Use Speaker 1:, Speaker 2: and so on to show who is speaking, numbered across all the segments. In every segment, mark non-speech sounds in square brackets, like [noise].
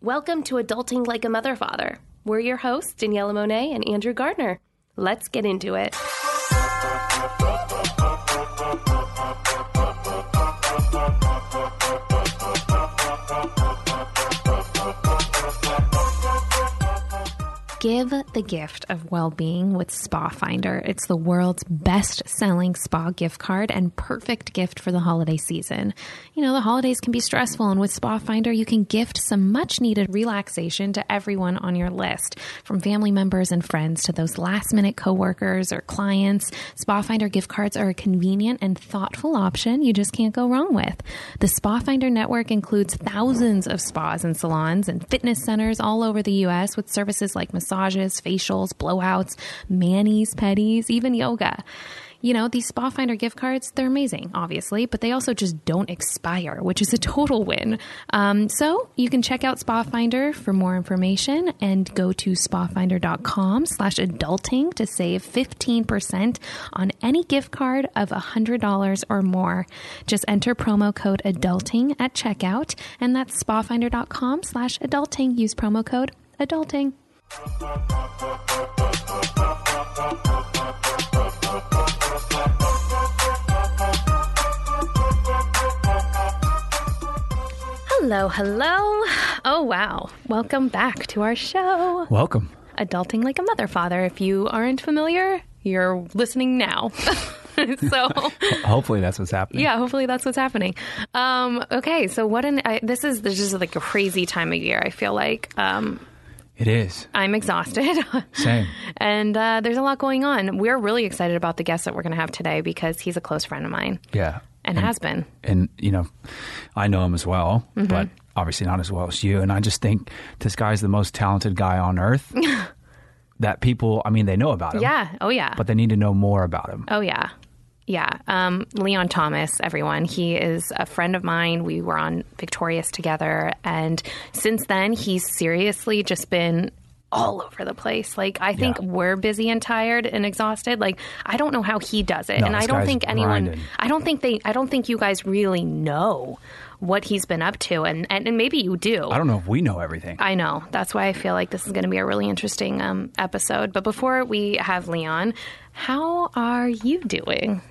Speaker 1: Welcome to Adulting Like a Mother Father. We're your hosts, Daniela Monet and Andrew Gardner. Let's get into it.
Speaker 2: Give the gift of well being with Spa Finder. It's the world's best selling spa gift card and perfect gift for the holiday season. You know, the holidays can be stressful, and with Spa Finder, you can gift some much needed relaxation to everyone on your list from family members and friends to those last minute coworkers or clients. Spa Finder gift cards are a convenient and thoughtful option you just can't go wrong with. The Spa Finder network includes thousands of spas and salons and fitness centers all over the U.S. with services like massages, facials, blowouts, manis, pedis, even yoga. You know, these Spa Finder gift cards, they're amazing, obviously, but they also just don't expire, which is a total win. Um, so you can check out Spa Finder for more information and go to spafinder.com slash adulting to save 15% on any gift card of $100 or more. Just enter promo code adulting at checkout, and that's spafinder.com slash adulting. Use promo code adulting.
Speaker 1: Hello, hello. Oh, wow. Welcome back to our show,
Speaker 3: Welcome.
Speaker 1: Adulting Like a Mother Father. If you aren't familiar, you're listening now. [laughs] so.
Speaker 3: Hopefully that's what's happening.
Speaker 1: Yeah, hopefully that's what's happening. Um, okay, so what an I, this is this is like a crazy time of year. I feel like um,
Speaker 3: It is.
Speaker 1: I'm exhausted, [laughs]
Speaker 3: Same.
Speaker 1: and uh, there's a lot going on. We're really excited about the guest that we're going to have today because he's a close friend of mine
Speaker 3: Yeah.
Speaker 1: and has been.
Speaker 3: And, you know, I know him as well,
Speaker 1: Mm-hmm.
Speaker 3: but obviously not as well as you. And I just think this guy's the most talented guy
Speaker 1: [laughs]
Speaker 3: on earth that people, I mean, they know about him.
Speaker 1: Yeah. Oh yeah.
Speaker 3: But they need to know more about him.
Speaker 1: Oh yeah. Yeah. Um, Leon Thomas, everyone. He is a friend of mine. We were on Victorious together. And since then, he's seriously just been all over the place. Like, I think
Speaker 3: Yeah.
Speaker 1: we're busy and tired and exhausted. Like, I don't know how he does it.
Speaker 3: No,
Speaker 1: and I
Speaker 3: this
Speaker 1: don't
Speaker 3: guy's
Speaker 1: think anyone,
Speaker 3: grinding.
Speaker 1: I don't think they, I don't think you guys really know what he's been up to. And, and, and maybe you do.
Speaker 3: I don't know if we know everything.
Speaker 1: I know. That's why I feel like this is going to be a really interesting um, episode. But before we have Leon, how are you doing?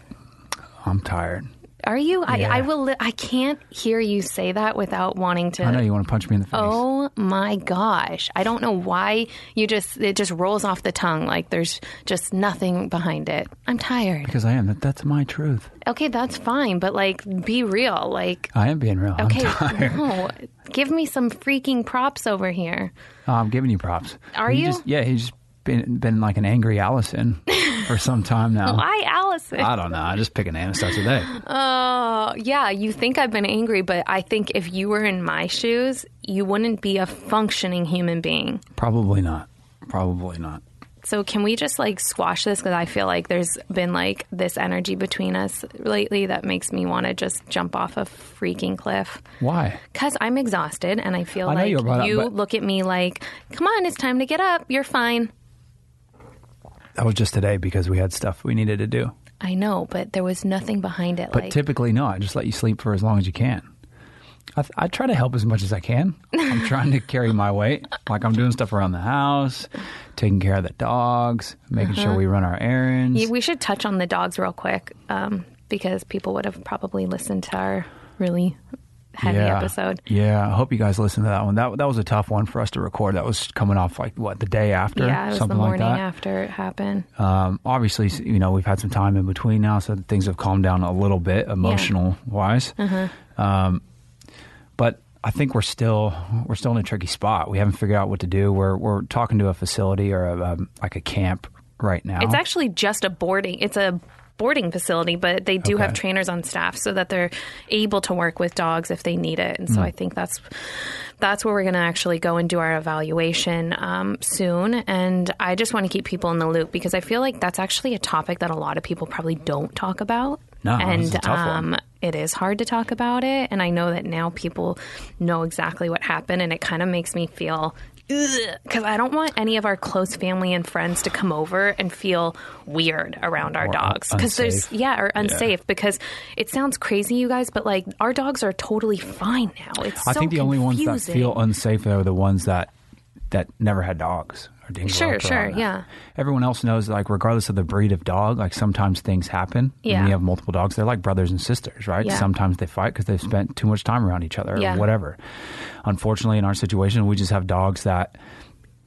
Speaker 3: I'm tired.
Speaker 1: Are you? I,
Speaker 3: Yeah.
Speaker 1: I will. Li- I can't hear you say that without wanting to.
Speaker 3: I know you want to punch me in the face.
Speaker 1: Oh my gosh! I don't know why you just it just rolls off the tongue like there's just nothing behind it. I'm tired.
Speaker 3: Because I am. That, that's my truth.
Speaker 1: Okay, that's fine, but like, be real. Like,
Speaker 3: I am being real.
Speaker 1: okay,
Speaker 3: I'm tired.
Speaker 1: no, give me some freaking props over here.
Speaker 3: Oh, I'm giving you props.
Speaker 1: Are
Speaker 3: He
Speaker 1: you?
Speaker 3: Just, yeah, he's just been, been like an
Speaker 1: [laughs]
Speaker 3: angry Allison for some time now.
Speaker 1: Why, Allison?
Speaker 3: I don't know. I just pick an anesthetic today.
Speaker 1: Uh, yeah, you think I've been angry, but I think if you were in my shoes, you wouldn't be a functioning human being.
Speaker 3: Probably not. Probably not.
Speaker 1: So can we just like squash this because I feel like there's been like this energy between us lately that makes me want to just jump off a freaking cliff
Speaker 3: Why?
Speaker 1: because I'm exhausted and I feel
Speaker 3: I know
Speaker 1: like
Speaker 3: you were brought up,
Speaker 1: you
Speaker 3: but-
Speaker 1: look at me like, come on, it's time to get up. You're fine.
Speaker 3: That was just today because we had stuff we needed to do.
Speaker 1: I know, but there was nothing behind it.
Speaker 3: But
Speaker 1: like,
Speaker 3: typically, no. I just let you sleep for as long as you can. I, th- I try to help as much as I can.
Speaker 1: [laughs]
Speaker 3: I'm trying to carry my weight. Like I'm doing stuff around the house, taking care of the dogs, making sure
Speaker 1: Uh-huh.
Speaker 3: we run our errands.
Speaker 1: we should touch on the dogs real quick um, because people would have probably listened to our really heavy
Speaker 3: yeah.
Speaker 1: episode.
Speaker 3: Yeah, I hope you guys listened to that one. That that was a tough one for us to record. That was coming off like what the day after,
Speaker 1: Yeah, it was the
Speaker 3: something
Speaker 1: morning
Speaker 3: like that.
Speaker 1: after it happened.
Speaker 3: Um, obviously, you know, we've had some time in between now, so things have calmed down a little bit emotional wise. Um, but I think we're still we're still in a tricky spot. We haven't figured out what to do. We're we're talking to a facility or a, um, like a camp right now.
Speaker 1: It's actually just a boarding. It's a boarding facility, but they do have
Speaker 3: Okay.
Speaker 1: trainers on staff so that they're able to work with dogs if they need it. And
Speaker 3: Hmm.
Speaker 1: so I think that's that's where we're going to actually go and do our evaluation um, soon. And I just want to keep people in the loop because I feel like that's actually a topic that a lot of people probably don't talk about.
Speaker 3: No, it's a
Speaker 1: and
Speaker 3: tough one.
Speaker 1: um, it is hard to talk about it. And I know that now people know exactly what happened, and it kind of makes me feel. "Ugh," because I don't want any of our close family and friends to come over and feel weird around our
Speaker 3: Or
Speaker 1: dogs. Because there's,
Speaker 3: unsafe.
Speaker 1: yeah, or unsafe. Because it sounds crazy, you guys, but like our dogs are totally fine now. It's
Speaker 3: I
Speaker 1: so
Speaker 3: think the only ones that
Speaker 1: confusing.
Speaker 3: feel unsafe are the ones that that never had dogs or didn't. grow
Speaker 1: Sure,
Speaker 3: up
Speaker 1: sure,
Speaker 3: around that.
Speaker 1: yeah.
Speaker 3: Everyone else knows, like, regardless of the breed of dog, like sometimes things happen.
Speaker 1: Yeah.
Speaker 3: When you have multiple dogs, they're like brothers and sisters, right?
Speaker 1: Yeah.
Speaker 3: Sometimes they fight because they've spent too much time around each other
Speaker 1: Yeah.
Speaker 3: or whatever. Unfortunately, in our situation, we just have dogs that,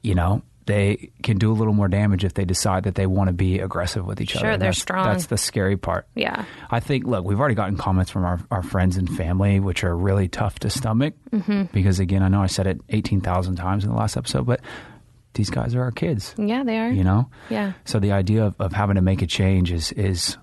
Speaker 3: you know. They can do a little more damage if they decide that they want to be aggressive with each other.
Speaker 1: Sure,
Speaker 3: and
Speaker 1: they're
Speaker 3: that's-
Speaker 1: strong.
Speaker 3: That's the scary part.
Speaker 1: Yeah.
Speaker 3: I think, look, we've already gotten comments from our, our friends and family, which are really tough to stomach.
Speaker 1: Mm-hmm.
Speaker 3: Because, again, I know I said it 18,000 times in the last episode, but these guys are our kids,
Speaker 1: Yeah, they are.
Speaker 3: you know?
Speaker 1: Mm-hmm. Yeah.
Speaker 3: So the idea of, of having to make a change is, is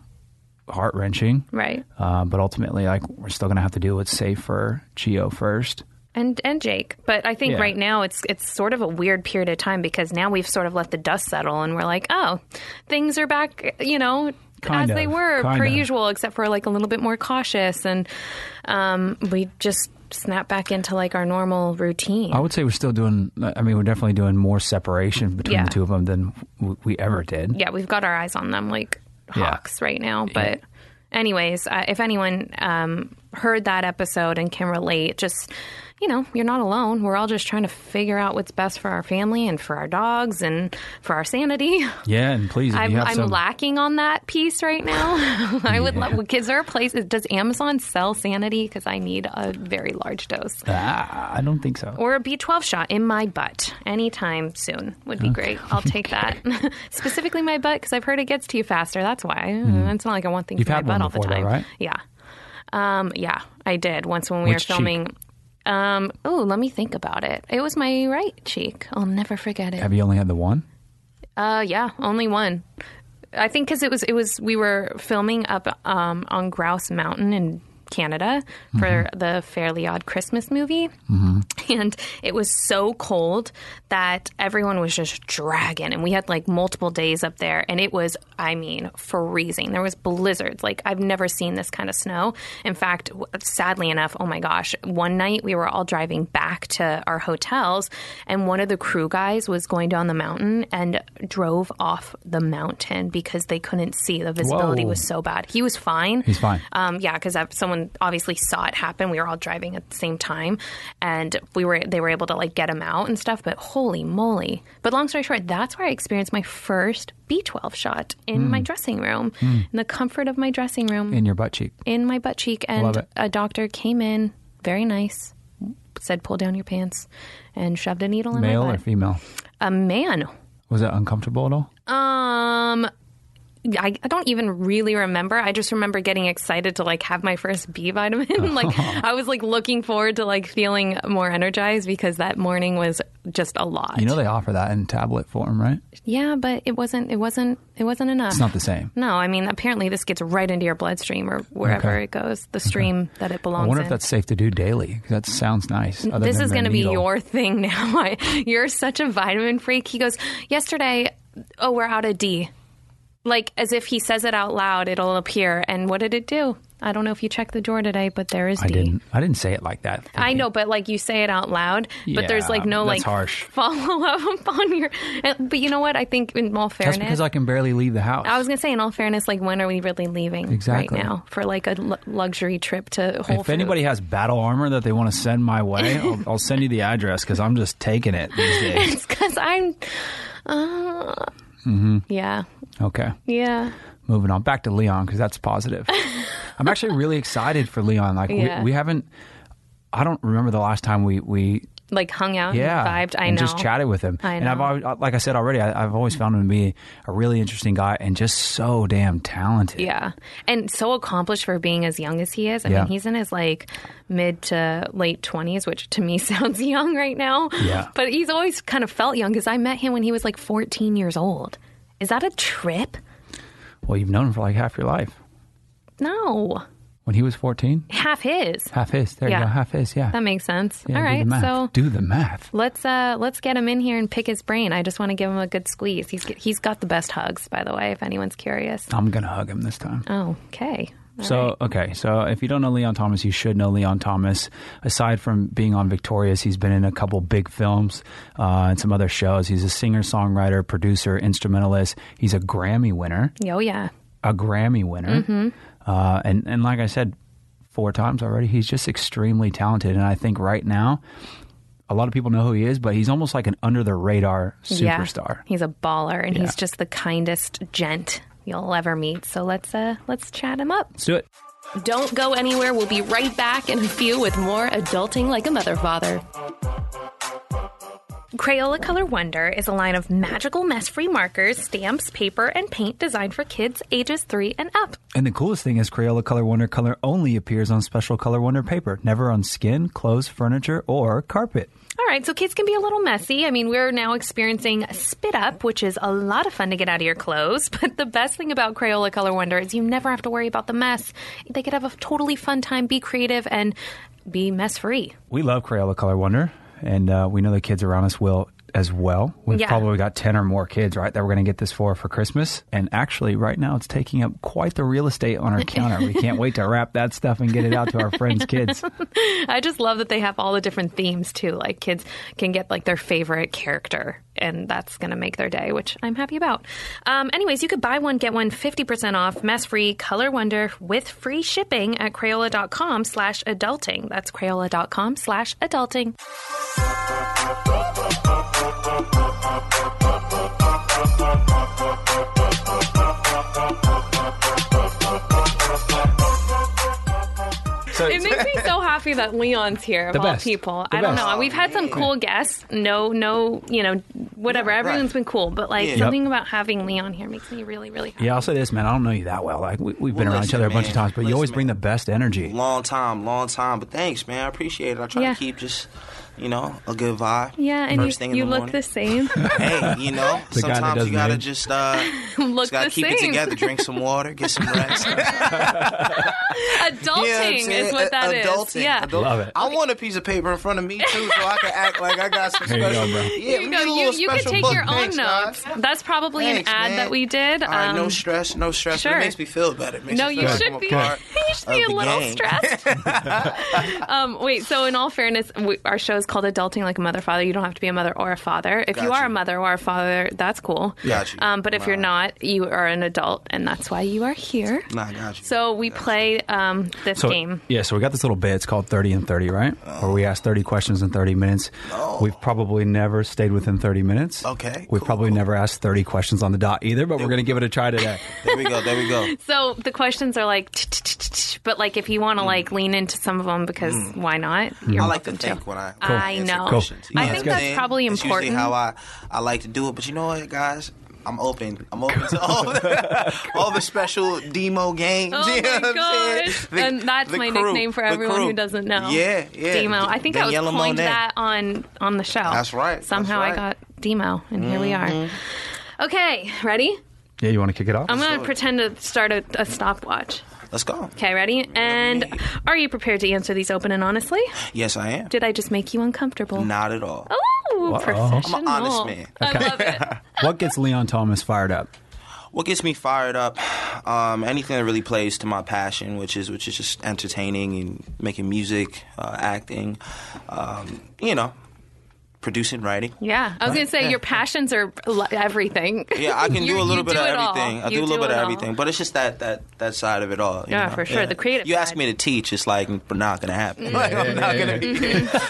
Speaker 3: heart wrenching.
Speaker 1: Right.
Speaker 3: Uh, but ultimately, like, we're still going to have to deal with safe for Geo first.
Speaker 1: and and Jake. But I think
Speaker 3: Yeah.
Speaker 1: right now it's it's sort of a weird period of time because now we've sort of let the dust settle and we're like, oh, things are back, you know,
Speaker 3: Kind
Speaker 1: as
Speaker 3: of,
Speaker 1: they were
Speaker 3: kind
Speaker 1: per
Speaker 3: of.
Speaker 1: usual, except for like a little bit more cautious, and um, we just snap back into like our normal routine.
Speaker 3: I would say we're still doing, I mean, we're definitely doing more separation between
Speaker 1: Yeah.
Speaker 3: the two of them than w- we ever did.
Speaker 1: yeah, we've got our eyes on them like
Speaker 3: Yeah.
Speaker 1: hawks right now. But, anyways, uh, if anyone um, heard that episode and can relate, just you know, you're not alone. We're all just trying to figure out what's best for our family and for our dogs and for our sanity.
Speaker 3: Yeah, and please,
Speaker 1: [laughs]
Speaker 3: if
Speaker 1: I'm,
Speaker 3: you have
Speaker 1: I'm
Speaker 3: some,
Speaker 1: lacking on that piece right now. [laughs] I would love. Is there a place? Does Amazon sell sanity? Because I need a very large dose
Speaker 3: Ah, I don't think so.
Speaker 1: or a B12 shot in my butt anytime soon would be great. I'll
Speaker 3: [laughs]
Speaker 1: take that. [laughs] Specifically my butt because I've heard it gets to you faster. That's why. Uh, It's not like I want things
Speaker 3: Hmm. You've
Speaker 1: in my butt
Speaker 3: had one
Speaker 1: all the
Speaker 3: before, though,
Speaker 1: time.
Speaker 3: right?
Speaker 1: Yeah. Um, yeah, I did once when we
Speaker 3: Which
Speaker 1: were
Speaker 3: cheek?
Speaker 1: filming. Um, oh, let me think about it. It was my right cheek. I'll never forget it.
Speaker 3: Have you only had the one?
Speaker 1: Uh, yeah, only one. I think because it was it was we were filming up um, on Grouse Mountain in Canada
Speaker 3: Mm-hmm.
Speaker 1: for the Fairly Odd Christmas movie, [laughs] and it was so cold that everyone was just dragging, and we had like multiple days up there, and it was I mean freezing. There was blizzards. Like I've never seen this kind of snow. In fact, w- sadly enough, oh my gosh, one night we were all driving back to our hotels, and one of the crew guys was going down the mountain and drove off the mountain because they couldn't see. The visibility
Speaker 3: Whoa.
Speaker 1: was so bad. He was fine.
Speaker 3: He's fine.
Speaker 1: Um, yeah, because someone obviously saw it happen. We were all driving at the same time, and we were they were able to like get him out and stuff. But holy moly! But long story short, that's where I experienced my first B12 shot in my dressing room, in the comfort of my dressing room,
Speaker 3: Hmm. In your butt cheek.
Speaker 1: in my butt cheek,
Speaker 3: Love
Speaker 1: and
Speaker 3: it.
Speaker 1: a doctor came in, very nice, said pull down your pants, and shoved a needle in
Speaker 3: Male
Speaker 1: my
Speaker 3: or
Speaker 1: butt.
Speaker 3: female?
Speaker 1: a man.
Speaker 3: Was that uncomfortable at all?
Speaker 1: Um, I, I don't even really remember. I just remember getting excited to like have my first B vitamin. [laughs]
Speaker 3: [laughs]
Speaker 1: like I was like looking forward to like feeling more energized because that morning was just a lot.
Speaker 3: You know they offer that in tablet form, right?
Speaker 1: yeah, but it wasn't. It wasn't. It wasn't enough.
Speaker 3: It's not the same.
Speaker 1: no, I mean apparently this gets right into your bloodstream or wherever
Speaker 3: Okay.
Speaker 1: it goes, the stream that it belongs.
Speaker 3: I wonder
Speaker 1: in.
Speaker 3: if that's safe to do daily. 'cause That sounds nice. other
Speaker 1: this
Speaker 3: than
Speaker 1: is
Speaker 3: the
Speaker 1: going to be
Speaker 3: needle.
Speaker 1: your thing [laughs] now. I, you're such a vitamin freak. He goes, Yesterday, oh, we're out of D. Like, as if he says it out loud, it'll appear. And what did it do? I don't know if you checked the door today, but there is
Speaker 3: I
Speaker 1: D.
Speaker 3: didn't. I didn't say it like that.
Speaker 1: I know, but like you say it out loud, but there's like
Speaker 3: Yeah,
Speaker 1: no
Speaker 3: that's
Speaker 1: like [laughs]
Speaker 3: harsh.
Speaker 1: follow up on your. eh, But you know what? I think in all fairness,
Speaker 3: That's because I can barely leave the house.
Speaker 1: I was gonna say in all fairness, like when are we really leaving
Speaker 3: Exactly.
Speaker 1: right now for like a lu- luxury trip to Whole
Speaker 3: if
Speaker 1: Foods? [laughs]
Speaker 3: anybody has battle armor that they want to send my way, I'll, I'll send you the address because I'm just taking it
Speaker 1: [laughs]
Speaker 3: these days.
Speaker 1: it's because I'm. Uh,
Speaker 3: Mm-hmm.
Speaker 1: Yeah,
Speaker 3: Okay,
Speaker 1: Yeah.
Speaker 3: moving on back to Leon because that's positive. I'm actually really excited for Leon. Like
Speaker 1: Yeah.
Speaker 3: we, we haven't. I don't remember the last time we we
Speaker 1: Like hung out
Speaker 3: yeah,
Speaker 1: and vibed. I
Speaker 3: and
Speaker 1: know.
Speaker 3: just chatted with him.
Speaker 1: I
Speaker 3: And I've
Speaker 1: know.
Speaker 3: always, like I said already, I, I've always found him to be a really interesting guy and just so damn talented.
Speaker 1: Yeah. And so accomplished for being as young as he is. I
Speaker 3: Yeah.
Speaker 1: mean, he's in his like mid to late 20s, which to me [laughs] sounds young right now.
Speaker 3: Yeah.
Speaker 1: But he's always kind of felt young because I met him when he was like 14 years old. Is that a trip?
Speaker 3: Well, you've known him for like half your life.
Speaker 1: No.
Speaker 3: When he was fourteen,
Speaker 1: Half his.
Speaker 3: half his. There
Speaker 1: Yeah.
Speaker 3: you go, half his. Yeah.
Speaker 1: That makes sense.
Speaker 3: yeah
Speaker 1: All
Speaker 3: Do
Speaker 1: right.
Speaker 3: the math.
Speaker 1: So.
Speaker 3: do the math.
Speaker 1: Let's uh, let's get him in here and pick his brain. I just want to give him a good squeeze. He's he's got the best hugs, by the way. If anyone's curious.
Speaker 3: I'm gonna hug him this time.
Speaker 1: Oh, okay.
Speaker 3: so okay, so if you don't know Leon Thomas, you should know Leon Thomas. Aside from being on Victorious, he's been in a couple big films uh, and some other shows. He's a singer, songwriter, producer, instrumentalist. He's a Grammy winner,
Speaker 1: Oh yeah.
Speaker 3: a Grammy winner, uh, and and like I said four times already, he's just extremely talented. And I think right now, a lot of people know who he is, but he's almost like an under the radar superstar.
Speaker 1: Yeah. He's a baller and
Speaker 3: Yeah.
Speaker 1: he's just the kindest gent you'll ever meet. So let's uh let's chat him up.
Speaker 3: Let's do it.
Speaker 1: Don't go anywhere. We'll be right back in a few with more adulting like a mother father. Crayola Color Wonder is a line of magical mess free markers, stamps, paper, and paint designed for kids ages three and up.
Speaker 3: And the coolest thing is Crayola Color Wonder color only appears on special Color Wonder paper, never on skin, clothes, furniture, or carpet.
Speaker 1: All right, so kids can be a little messy. I mean, we're now experiencing spit up, which is a lot of fun to get out of your clothes. [laughs] But the best thing about Crayola Color Wonder is you never have to worry about the mess. They could have a totally fun time, be creative, and be mess free.
Speaker 3: We love Crayola Color Wonder, and uh, we know the kids around us will as well. We've
Speaker 1: Yeah.
Speaker 3: probably got 10 or more kids, right, that we're going to get this for for Christmas. And actually, right now, it's taking up quite the real estate on our counter. We can't wait to wrap that stuff and get it out to our friends' kids.
Speaker 1: I just love that they have all the different themes too. Like kids can get like their favorite character, and that's going to make their day, which I'm happy about. Um, anyways, you could buy one, get one 50% off, mess free, color wonder with free shipping at Crayola.com slash adulting. That's Crayola.com slash adulting.
Speaker 3: So,
Speaker 1: It makes me so happy that Leon's here of
Speaker 3: The
Speaker 1: all
Speaker 3: best.
Speaker 1: people.
Speaker 3: The
Speaker 1: I don't
Speaker 3: best.
Speaker 1: know. We've had some cool guests. No, no, you know, whatever.
Speaker 4: Yeah, right.
Speaker 1: Everyone's been cool, but like
Speaker 4: Yeah.
Speaker 1: something about having Leon here makes me really, really happy.
Speaker 3: yeah, I'll say this, man. I don't know you that well. Like we, we've been
Speaker 4: Well,
Speaker 3: around each other a
Speaker 4: listen,
Speaker 3: bunch of
Speaker 4: man.
Speaker 3: times, but you always
Speaker 4: Listen,
Speaker 3: bring the
Speaker 4: man.
Speaker 3: best energy.
Speaker 4: Long time, long time. But thanks, man. I appreciate it. I try
Speaker 1: Yeah.
Speaker 4: to keep just, you know, a good vibe.
Speaker 1: Yeah, and
Speaker 4: First
Speaker 1: you,
Speaker 4: thing in
Speaker 1: you
Speaker 4: the
Speaker 1: look
Speaker 4: morning.
Speaker 1: the same.
Speaker 4: [laughs] Hey, you know,
Speaker 3: [laughs] The guy that
Speaker 4: sometimes
Speaker 3: doesn't
Speaker 4: you gotta
Speaker 3: age.
Speaker 4: just uh,
Speaker 1: [laughs] look
Speaker 4: just gotta
Speaker 1: the
Speaker 4: keep
Speaker 1: same.
Speaker 4: it together. Drink some water, get
Speaker 1: [laughs]
Speaker 4: some rest.
Speaker 1: Adulting
Speaker 4: Yeah, I'm saying,
Speaker 1: is what
Speaker 4: a-
Speaker 1: that is.
Speaker 4: adulting,
Speaker 1: Yeah.
Speaker 4: adult-
Speaker 3: Love it.
Speaker 4: I want a piece of paper in front of me too, so I can act like I got some
Speaker 3: There you go,
Speaker 4: special.
Speaker 3: bro.
Speaker 4: Yeah, we
Speaker 1: You,
Speaker 4: need a
Speaker 1: know, you,
Speaker 4: little
Speaker 1: you could
Speaker 4: special
Speaker 1: take
Speaker 4: book.
Speaker 1: your own
Speaker 4: Thanks, dog.
Speaker 1: notes. That's probably
Speaker 4: Thanks,
Speaker 1: an ad
Speaker 4: man.
Speaker 1: that we did.
Speaker 4: All right, no
Speaker 1: Um,
Speaker 4: stress, no stress. But
Speaker 1: sure.
Speaker 4: It makes me feel better. It makes
Speaker 1: no,
Speaker 4: me
Speaker 1: you
Speaker 4: feel like
Speaker 1: should
Speaker 4: I'm
Speaker 1: be.
Speaker 4: part
Speaker 1: [laughs] You should
Speaker 4: of
Speaker 1: be a
Speaker 4: the
Speaker 1: little
Speaker 4: gang.
Speaker 1: stressed. [laughs]
Speaker 4: [laughs]
Speaker 1: um, wait. So, in all fairness, we, our show is called "Adulting Like a Mother Father." You don't have to be a mother or a father. If you
Speaker 4: Got
Speaker 1: are
Speaker 4: you.
Speaker 1: a mother or a father, that's cool.
Speaker 4: Got you.
Speaker 1: Um, but if you're not, you are an adult, and that's why you are here.
Speaker 4: Nah, I got you.
Speaker 1: So we play um, this
Speaker 3: So,
Speaker 1: game.
Speaker 3: Yeah, so we got this little bit. It's called 30 and 30, right? Where we ask 30 questions in 30 minutes. We've probably never stayed within 30 minutes.
Speaker 4: Oh. Okay,
Speaker 3: We've
Speaker 4: cool,
Speaker 3: probably
Speaker 4: cool.
Speaker 3: never asked 30 questions on the dot either, but we're going to give it a try
Speaker 4: [laughs]
Speaker 3: today.
Speaker 4: there we go. There
Speaker 1: [laughs]
Speaker 4: we go.
Speaker 1: So the questions are like, "Tch, tch, tch, tch," but like if you want to like lean into some of them because why not? You're
Speaker 4: Mm. I like to
Speaker 1: welcome
Speaker 4: think when I
Speaker 1: Cool. I
Speaker 4: answer
Speaker 1: know.
Speaker 4: questions.
Speaker 1: Cool.
Speaker 4: You
Speaker 1: I
Speaker 4: know
Speaker 1: think
Speaker 4: what I'm
Speaker 1: that's
Speaker 4: saying?
Speaker 1: probably
Speaker 4: It's
Speaker 1: important.
Speaker 4: Usually how I, I like to do it, but you know what, guys. I'm open. I'm open
Speaker 1: [laughs]
Speaker 4: to all [laughs] the, all the special demo games.
Speaker 1: Oh
Speaker 4: [laughs] you know
Speaker 1: my
Speaker 4: what I'm
Speaker 1: gosh.
Speaker 4: saying? [laughs] The-
Speaker 1: and that's
Speaker 4: the
Speaker 1: my
Speaker 4: crew,
Speaker 1: nickname for
Speaker 4: the
Speaker 1: everyone
Speaker 4: crew.
Speaker 1: who doesn't know.
Speaker 4: Yeah, yeah.
Speaker 1: Demo. I think I
Speaker 4: Daniela
Speaker 1: was coined
Speaker 4: Monet.
Speaker 1: that on on the show.
Speaker 4: That's right, that's
Speaker 1: Somehow I
Speaker 4: right. Mm-hmm.
Speaker 1: got Demo, and here we are. Okay, ready?
Speaker 3: yeah, you want to kick it off?
Speaker 1: I'm going
Speaker 4: do
Speaker 1: to
Speaker 4: it.
Speaker 1: pretend to start a, a stopwatch.
Speaker 4: Let's go.
Speaker 1: Okay, ready? And
Speaker 4: me-
Speaker 1: are you prepared to answer these open and honestly?
Speaker 4: Yes, I am.
Speaker 1: Did I just make you uncomfortable?
Speaker 4: Not at all.
Speaker 1: Oh, professional.
Speaker 4: I'm an honest man.
Speaker 1: I love it.
Speaker 3: what gets Leon Thomas fired up?
Speaker 4: What gets me fired up? Um, anything that really plays to my passion, which is which is just entertaining and making music, uh, acting, um, you know, producing, writing.
Speaker 1: Yeah, I was gonna say your passions are li- everything.
Speaker 4: Yeah, I
Speaker 1: [laughs]
Speaker 4: can
Speaker 1: You-
Speaker 4: do a
Speaker 1: you
Speaker 4: little bit of
Speaker 1: it all.
Speaker 4: everything. I
Speaker 1: You
Speaker 4: do a little bit
Speaker 1: it
Speaker 4: of
Speaker 1: all.
Speaker 4: everything, but it's just that that that side of it all. you
Speaker 1: Yeah,
Speaker 4: know?
Speaker 1: for sure, the creative
Speaker 4: You ask
Speaker 1: side.
Speaker 4: me to teach, it's like but not gonna happen. [laughs] Like, I'm not gonna be.
Speaker 1: [laughs]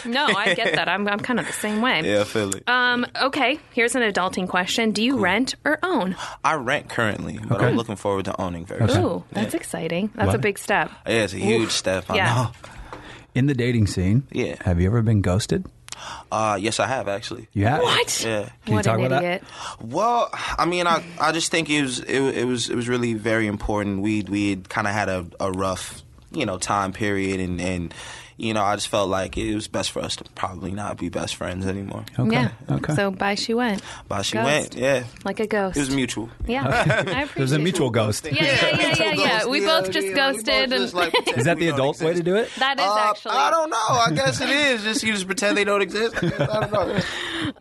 Speaker 1: No, I get that. I'm, I'm kind of the same way.
Speaker 4: [laughs] Yeah, I feel it.
Speaker 1: Um, okay, here's an adulting question. Do you rent or
Speaker 4: [gasps]
Speaker 1: own?
Speaker 4: I rent currently, but
Speaker 3: Okay.
Speaker 4: I'm looking forward to owning very soon.
Speaker 1: Ooh, that's exciting. That's
Speaker 3: Love
Speaker 1: a
Speaker 3: it.
Speaker 1: big step.
Speaker 4: Yeah, it's a huge step. I
Speaker 1: Yeah.
Speaker 4: know.
Speaker 3: In the dating scene,
Speaker 4: Yeah.
Speaker 3: have you ever been ghosted?
Speaker 4: Uh, yes, I have actually.
Speaker 3: You have?
Speaker 1: What?
Speaker 4: Yeah.
Speaker 3: you
Speaker 1: what
Speaker 3: talk
Speaker 1: an
Speaker 3: about that?
Speaker 1: idiot.
Speaker 4: Well, I mean, I, I just think it was it, it was it was really very important. We we kind of had a, a rough you know time period and and you know, I just felt like it was best for us to probably not be best friends anymore.
Speaker 3: Okay.
Speaker 1: Yeah.
Speaker 3: Okay.
Speaker 1: So by she went,
Speaker 4: But she
Speaker 1: Ghost.
Speaker 4: went, yeah.
Speaker 1: like a ghost.
Speaker 4: It was mutual. [laughs]
Speaker 1: yeah. I appreciate
Speaker 3: It was a mutual
Speaker 1: it.
Speaker 3: ghost.
Speaker 1: Yeah, yeah, yeah, yeah,
Speaker 4: Mutual [laughs]
Speaker 1: yeah.
Speaker 4: ghost,
Speaker 1: We
Speaker 4: you
Speaker 1: both
Speaker 4: know,
Speaker 1: just
Speaker 4: you know, we
Speaker 1: ghosted,
Speaker 4: both
Speaker 1: and [laughs]
Speaker 4: just, like, pretend
Speaker 3: Is that
Speaker 4: we
Speaker 3: the
Speaker 4: don't
Speaker 3: adult way to
Speaker 4: exist.
Speaker 3: do it?
Speaker 1: that is
Speaker 4: Uh,
Speaker 1: actually.
Speaker 4: I don't know. I guess it is. Just you just pretend they don't exist. I guess. I don't know.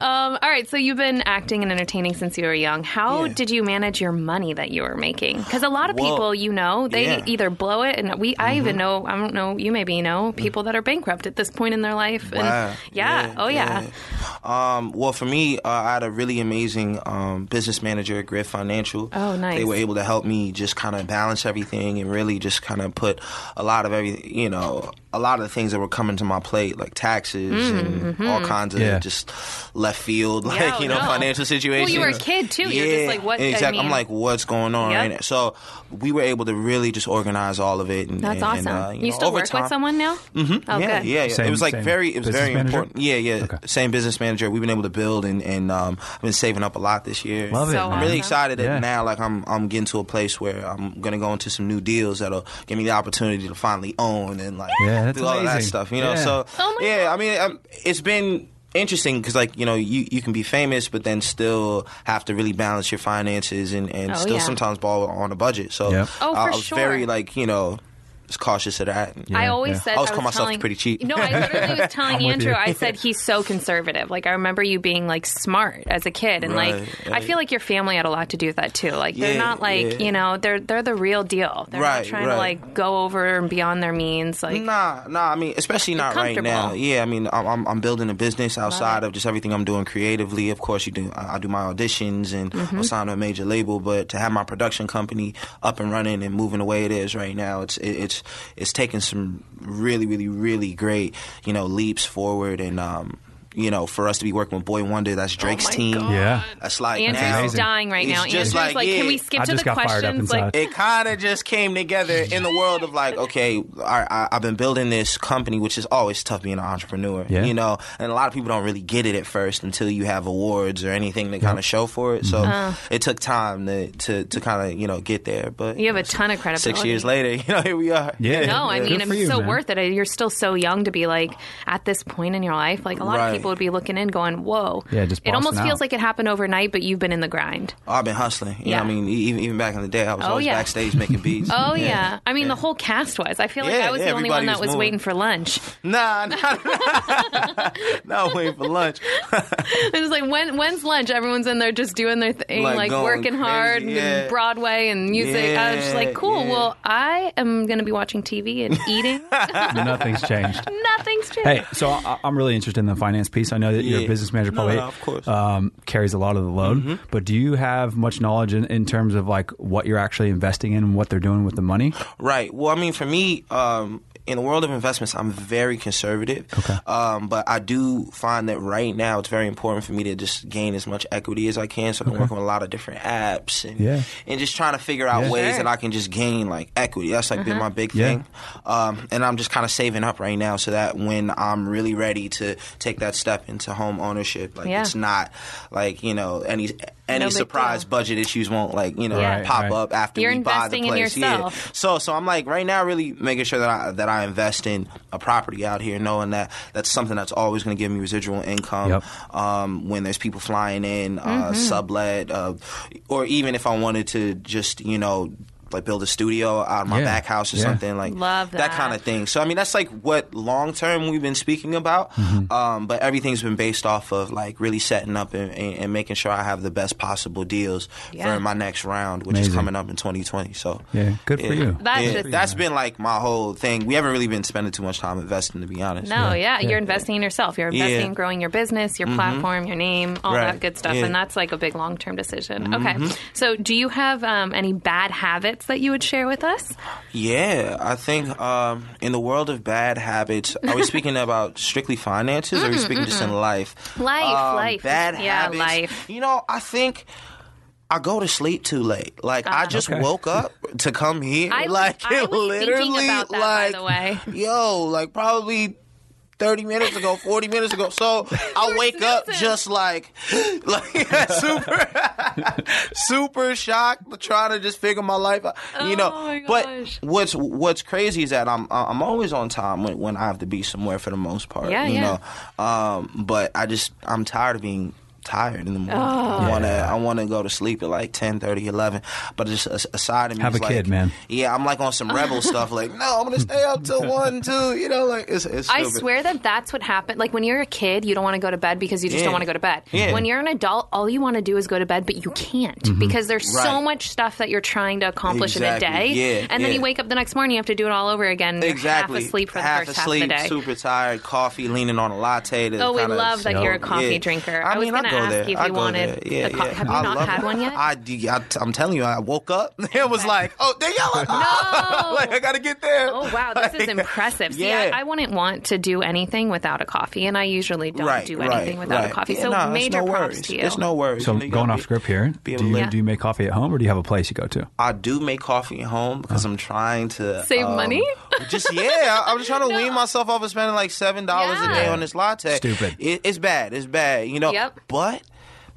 Speaker 1: Um, all right, so you've been acting and entertaining since you were young. How
Speaker 4: Yeah.
Speaker 1: did you manage your money that you were making? Because a lot of
Speaker 4: Whoa.
Speaker 1: people, you know, they
Speaker 4: Yeah. Mm-hmm.
Speaker 1: either blow it, and we, I even know, I don't know, you maybe know people that are bankrupt at this point in their life. [laughs] And
Speaker 4: Wow.
Speaker 1: yeah, oh yeah.
Speaker 4: yeah. Um, well, for me, uh, I had a really amazing um, business manager at Grid Financial.
Speaker 1: Oh, nice.
Speaker 4: They were able to help me just kind of balance everything and really just kind of put a lot of every, you know, a lot of the things that were coming to my plate, like taxes and all kinds of
Speaker 3: Yeah.
Speaker 4: just left field, [laughs] like
Speaker 1: Mm, mm-hmm. Yeah,
Speaker 4: you know,
Speaker 1: no.
Speaker 4: financial situations.
Speaker 1: Well, you were a kid, too. You're just like, what- I
Speaker 4: Exactly.
Speaker 1: mean-
Speaker 4: am like, what's going on
Speaker 1: Yep.
Speaker 4: right now? So we were able to really just organize all of it. And,
Speaker 1: That's
Speaker 4: and-
Speaker 1: awesome.
Speaker 4: and, uh,
Speaker 1: you
Speaker 4: know,
Speaker 1: still
Speaker 4: over
Speaker 1: work
Speaker 4: time-
Speaker 1: with someone now? Mm-hmm. Oh,
Speaker 4: yeah,
Speaker 1: good.
Speaker 4: yeah, yeah.
Speaker 3: Same-
Speaker 4: it was like
Speaker 3: same
Speaker 4: very, it was
Speaker 3: business
Speaker 4: very
Speaker 3: manager?
Speaker 4: important. Yeah, yeah.
Speaker 3: Okay.
Speaker 4: Same business manager. We've been able to build, and and um, I've been saving up a lot this year.
Speaker 3: Love it.
Speaker 1: So
Speaker 3: man.
Speaker 4: I'm really
Speaker 1: Awesome.
Speaker 4: excited that
Speaker 3: Yeah.
Speaker 4: now, like I'm, I'm getting to a place where I'm gonna go into some new deals that'll give me the opportunity to finally own and like
Speaker 3: Yeah, that's
Speaker 4: do all of that
Speaker 3: amazing.
Speaker 4: stuff. You know,
Speaker 3: Yeah.
Speaker 4: so
Speaker 1: Oh my
Speaker 4: yeah, I mean, um, it's been interesting because like you know you, you can be famous but then still have to really balance your finances and, and
Speaker 1: Oh,
Speaker 4: still
Speaker 1: yeah.
Speaker 4: sometimes ball on a budget so
Speaker 3: Yep.
Speaker 1: Oh,
Speaker 4: I,
Speaker 1: for
Speaker 4: I was
Speaker 1: sure.
Speaker 4: very like you know just cautious of that
Speaker 1: I
Speaker 3: Yeah,
Speaker 1: always
Speaker 3: yeah.
Speaker 1: said
Speaker 4: I always
Speaker 1: I
Speaker 4: call
Speaker 1: was
Speaker 4: myself
Speaker 1: telling-
Speaker 4: pretty cheap.
Speaker 1: No, I literally
Speaker 4: [laughs]
Speaker 1: was telling
Speaker 3: with
Speaker 1: Andrew.
Speaker 3: you.
Speaker 1: I said he's so conservative. Like I remember you being like smart as a kid, and
Speaker 4: Right,
Speaker 1: like I
Speaker 4: right.
Speaker 1: feel like your family had a lot to do with that too. Like they're
Speaker 4: Yeah,
Speaker 1: not like
Speaker 4: yeah.
Speaker 1: you know they're they're the real deal. They're not
Speaker 4: Right,
Speaker 1: trying to
Speaker 4: right.
Speaker 1: like go over and beyond their means. Like
Speaker 4: Nah, nah. I mean, especially not right
Speaker 1: comfortable.
Speaker 4: now. Yeah, I mean, I'm- I'm I'm building a business outside
Speaker 1: it.
Speaker 4: of just everything I'm doing creatively. Of course, you do. I I do my auditions and
Speaker 1: Mm-hmm.
Speaker 4: I'm signed to a major label, but to have my production company up and running and moving the way it is right now, it's it, it's it's taking some really, really, really great you know leaps forward and. um you know, for us to be working with Boy Wonder, that's Drake's team.
Speaker 1: Oh God.
Speaker 3: Yeah.
Speaker 4: that's like now-
Speaker 1: Andrew's
Speaker 3: amazing.
Speaker 1: dying right
Speaker 4: It's
Speaker 1: now.
Speaker 4: just
Speaker 1: Andrew's like,
Speaker 4: like, yeah.
Speaker 1: can we skip
Speaker 3: I
Speaker 1: to
Speaker 3: just
Speaker 1: the
Speaker 3: got fired up
Speaker 1: questions? Like
Speaker 3: inside.
Speaker 4: it kind of just came together in the world of like, okay, I, I, I've been building this company, which is always tough being an entrepreneur,
Speaker 3: Yeah.
Speaker 4: you know, and a lot of people don't really get it at first until you have awards or anything to kind of show for it. So
Speaker 1: Mm-hmm. Uh.
Speaker 4: it took time to to, to kind of you know get there, but
Speaker 1: you have a ton of credibility.
Speaker 4: six years later, [laughs] you know, here we are.
Speaker 3: Yeah.
Speaker 1: No, I
Speaker 3: Good
Speaker 1: mean,
Speaker 3: for
Speaker 1: it's
Speaker 3: you,
Speaker 1: so
Speaker 3: man.
Speaker 1: worth it. You're still so young to be like at this point in your life. Like a lot of
Speaker 4: Right.
Speaker 1: people would be looking in, going, "Whoa!"
Speaker 3: Yeah, just
Speaker 1: it almost
Speaker 3: busting
Speaker 1: feels
Speaker 3: out.
Speaker 1: like it happened overnight, but you've been in the grind.
Speaker 4: Oh, I've been hustling. You
Speaker 1: Yeah.
Speaker 4: know, what I mean, e- even even back in the day, I was
Speaker 1: Oh,
Speaker 4: always
Speaker 1: yeah.
Speaker 4: backstage making beats.
Speaker 1: [laughs] Oh yeah, I mean, the whole cast was. I feel like
Speaker 4: Yeah,
Speaker 1: I was
Speaker 4: yeah,
Speaker 1: the only one
Speaker 4: everybody
Speaker 1: that was
Speaker 4: was moving.
Speaker 1: waiting for lunch. [laughs]
Speaker 4: Nah, [laughs] nah, nah. [laughs] I'm waiting for lunch.
Speaker 1: It was like, when when's lunch? Everyone's in there just doing their thing, like,
Speaker 4: Like, going
Speaker 1: working hard,
Speaker 4: crazy, yeah.
Speaker 1: and Broadway and music. I was just like,
Speaker 4: Yeah,
Speaker 1: cool.
Speaker 4: yeah.
Speaker 1: Well, I am going to be watching TV
Speaker 4: [laughs]
Speaker 1: and eating.
Speaker 3: Nothing's changed.
Speaker 1: Nothing's changed.
Speaker 3: Hey, so I, I'm really interested in the finance piece. I know that your
Speaker 4: Yeah.
Speaker 3: business manager
Speaker 4: No,
Speaker 3: probably
Speaker 4: no, of course.
Speaker 3: Um, carries a lot of the load,
Speaker 1: Mm-hmm.
Speaker 3: but do you have much knowledge in, in terms of like what you're actually investing in and what they're doing with the money?
Speaker 4: Right. Well, I mean, for me, um, in the world of investments, I'm very conservative. Okay. Um, but I do find that right now it's very important for me to just gain as much equity as I can. So I'm working with a lot of different apps and
Speaker 3: Yeah.
Speaker 4: and just trying to figure out
Speaker 3: Yeah.
Speaker 4: ways
Speaker 1: Sure. Mm-hmm.
Speaker 4: that I can just gain like equity. That's like been my big
Speaker 3: Yeah.
Speaker 4: thing. Um, and I'm just kind of saving up right now so that when I'm really ready to take that step into home ownership, like
Speaker 1: Yeah.
Speaker 4: it's not like you know any any
Speaker 1: No big
Speaker 4: surprise
Speaker 1: deal.
Speaker 4: budget issues won't like you know
Speaker 1: Yeah. Right,
Speaker 4: pop
Speaker 3: right.
Speaker 4: up after
Speaker 1: You're
Speaker 4: we buy the
Speaker 1: investing in
Speaker 4: place.
Speaker 1: yourself.
Speaker 4: Yeah. So so I'm like right now really making sure that I that I invest in a property out here, knowing that that's something that's always going to give me residual income.
Speaker 3: Yep.
Speaker 4: Um, when there's people flying in, uh,
Speaker 1: Mm-hmm.
Speaker 4: sublet, uh, or even if I wanted to just you know. Like build a studio out of my
Speaker 3: Yeah.
Speaker 4: back house or
Speaker 3: Yeah.
Speaker 4: something like
Speaker 1: Love that.
Speaker 4: kind of thing. So I mean that's like what long term we've been speaking about,
Speaker 3: Mm-hmm.
Speaker 4: um, but everything's been based off of like really setting up and, and, and making sure I have the best possible deals
Speaker 1: Yeah.
Speaker 4: for my next round, which
Speaker 3: Amazing.
Speaker 4: is coming up in 2020. So
Speaker 3: Yeah, good for you.
Speaker 1: That's
Speaker 4: yeah,
Speaker 1: just-
Speaker 4: that's been like my whole thing. We haven't really been spending too much time investing, to be honest.
Speaker 1: No, yeah,
Speaker 3: yeah.
Speaker 1: you're investing in yourself. You're investing
Speaker 4: Yeah. Mm-hmm.
Speaker 1: in growing your business, your platform, your name, all
Speaker 4: Right.
Speaker 1: that good stuff.
Speaker 4: Yeah. Mm-hmm.
Speaker 1: And that's like a big long term decision. Okay. So, do you have um, any bad habits that you would share with us?
Speaker 4: Yeah, I think um, in the world of bad habits,
Speaker 1: [laughs]
Speaker 4: are we speaking about strictly finances, or are we speaking just in life?
Speaker 1: Mm-hmm,
Speaker 4: Um,
Speaker 1: Life, life.
Speaker 4: Bad
Speaker 1: Yeah,
Speaker 4: habits.
Speaker 1: life.
Speaker 4: You know, I think. I go to sleep too late. Like I just
Speaker 3: Okay.
Speaker 4: woke up to come here.
Speaker 1: Uh-huh. I was-
Speaker 4: [laughs] like
Speaker 1: I was thinking
Speaker 4: literally, [laughs]
Speaker 1: about that, by
Speaker 4: like
Speaker 1: the way.
Speaker 4: yo, like probably 30 minutes ago, 40 minutes ago.
Speaker 1: [laughs]
Speaker 4: So I wake up just like, [laughs] like super, [laughs] super shocked, trying to just figure my life out. You know,
Speaker 1: Oh my gosh.
Speaker 4: but what's what's crazy is that I'm I'm always on time when, when I have to be somewhere for the most part.
Speaker 1: Yeah,
Speaker 4: you
Speaker 1: yeah.
Speaker 4: know, um, but I just I'm tired of being tired in the morning. I wanna I wanna go to sleep at like 10, 11. But just a, a side of me
Speaker 3: Have
Speaker 4: is
Speaker 3: a kid,
Speaker 4: like,
Speaker 3: man.
Speaker 4: Yeah, I'm like on some
Speaker 1: [laughs]
Speaker 4: rebel stuff. Like, no, I'm gonna stay up till one, two. You know, like it's it's.
Speaker 1: I
Speaker 4: stupid.
Speaker 1: swear that that's what happened. Like when you're a kid, you don't want to go to bed because you just
Speaker 4: Yeah.
Speaker 1: don't want to go to bed.
Speaker 4: Yeah. Mm-hmm.
Speaker 1: When you're an adult, all you want to do is go to bed, but you can't because there's so
Speaker 4: Right.
Speaker 1: much stuff that you're trying to accomplish in a
Speaker 4: Exactly.
Speaker 1: day.
Speaker 4: Yeah,
Speaker 1: and then
Speaker 4: yeah.
Speaker 1: you wake up the next morning, you have to do it all over again. and you're
Speaker 4: Exactly.
Speaker 1: half asleep for the
Speaker 4: Half
Speaker 1: first
Speaker 4: asleep,
Speaker 1: half of the day.
Speaker 4: super tired, coffee, leaning on a latte. To
Speaker 1: Oh, we
Speaker 4: kinda
Speaker 1: love that
Speaker 4: sit
Speaker 1: you're a
Speaker 4: up.
Speaker 1: coffee drinker. I was
Speaker 4: mean,
Speaker 1: gonna
Speaker 4: go
Speaker 1: ask
Speaker 4: there.
Speaker 1: you if
Speaker 4: I
Speaker 1: you
Speaker 4: go
Speaker 1: wanted
Speaker 4: there. Yeah,
Speaker 1: the co-
Speaker 4: yeah.
Speaker 1: have you
Speaker 4: I
Speaker 1: not
Speaker 4: love
Speaker 1: had
Speaker 4: it.
Speaker 1: one yet?
Speaker 4: I, do- I, am telling you, I woke up. [laughs] It was like, oh, they're [laughs]
Speaker 1: [laughs]
Speaker 4: yelling.
Speaker 1: No.
Speaker 4: like I gotta get there.
Speaker 1: [laughs] Oh wow,
Speaker 4: [laughs]
Speaker 1: this is impressive. See,
Speaker 4: yeah.
Speaker 1: I, I wouldn't want to do anything without a coffee, and I usually don't
Speaker 4: right,
Speaker 1: do
Speaker 4: right,
Speaker 1: anything without
Speaker 4: right.
Speaker 1: a coffee.
Speaker 4: Yeah,
Speaker 1: so
Speaker 4: nah, it's
Speaker 1: major
Speaker 4: no
Speaker 1: props
Speaker 4: worries.
Speaker 1: to you.
Speaker 4: It's no worries.
Speaker 3: So
Speaker 4: You know, you
Speaker 3: going
Speaker 4: gotta
Speaker 3: off
Speaker 4: be-
Speaker 3: script here, do
Speaker 4: be able
Speaker 3: you,
Speaker 4: to
Speaker 1: Yeah.
Speaker 4: live.
Speaker 3: do you make coffee at home or do you have a place you go to?
Speaker 4: I do make coffee at home because I'm trying to um,
Speaker 1: Save money?
Speaker 4: Just yeah, I- I'm
Speaker 1: [laughs]
Speaker 4: just trying to wean myself off of spending like seven dollars a day
Speaker 1: Yeah.
Speaker 4: on this latte.
Speaker 3: Stupid.
Speaker 4: It, it's bad. It's bad. You know.
Speaker 1: Yep.
Speaker 4: But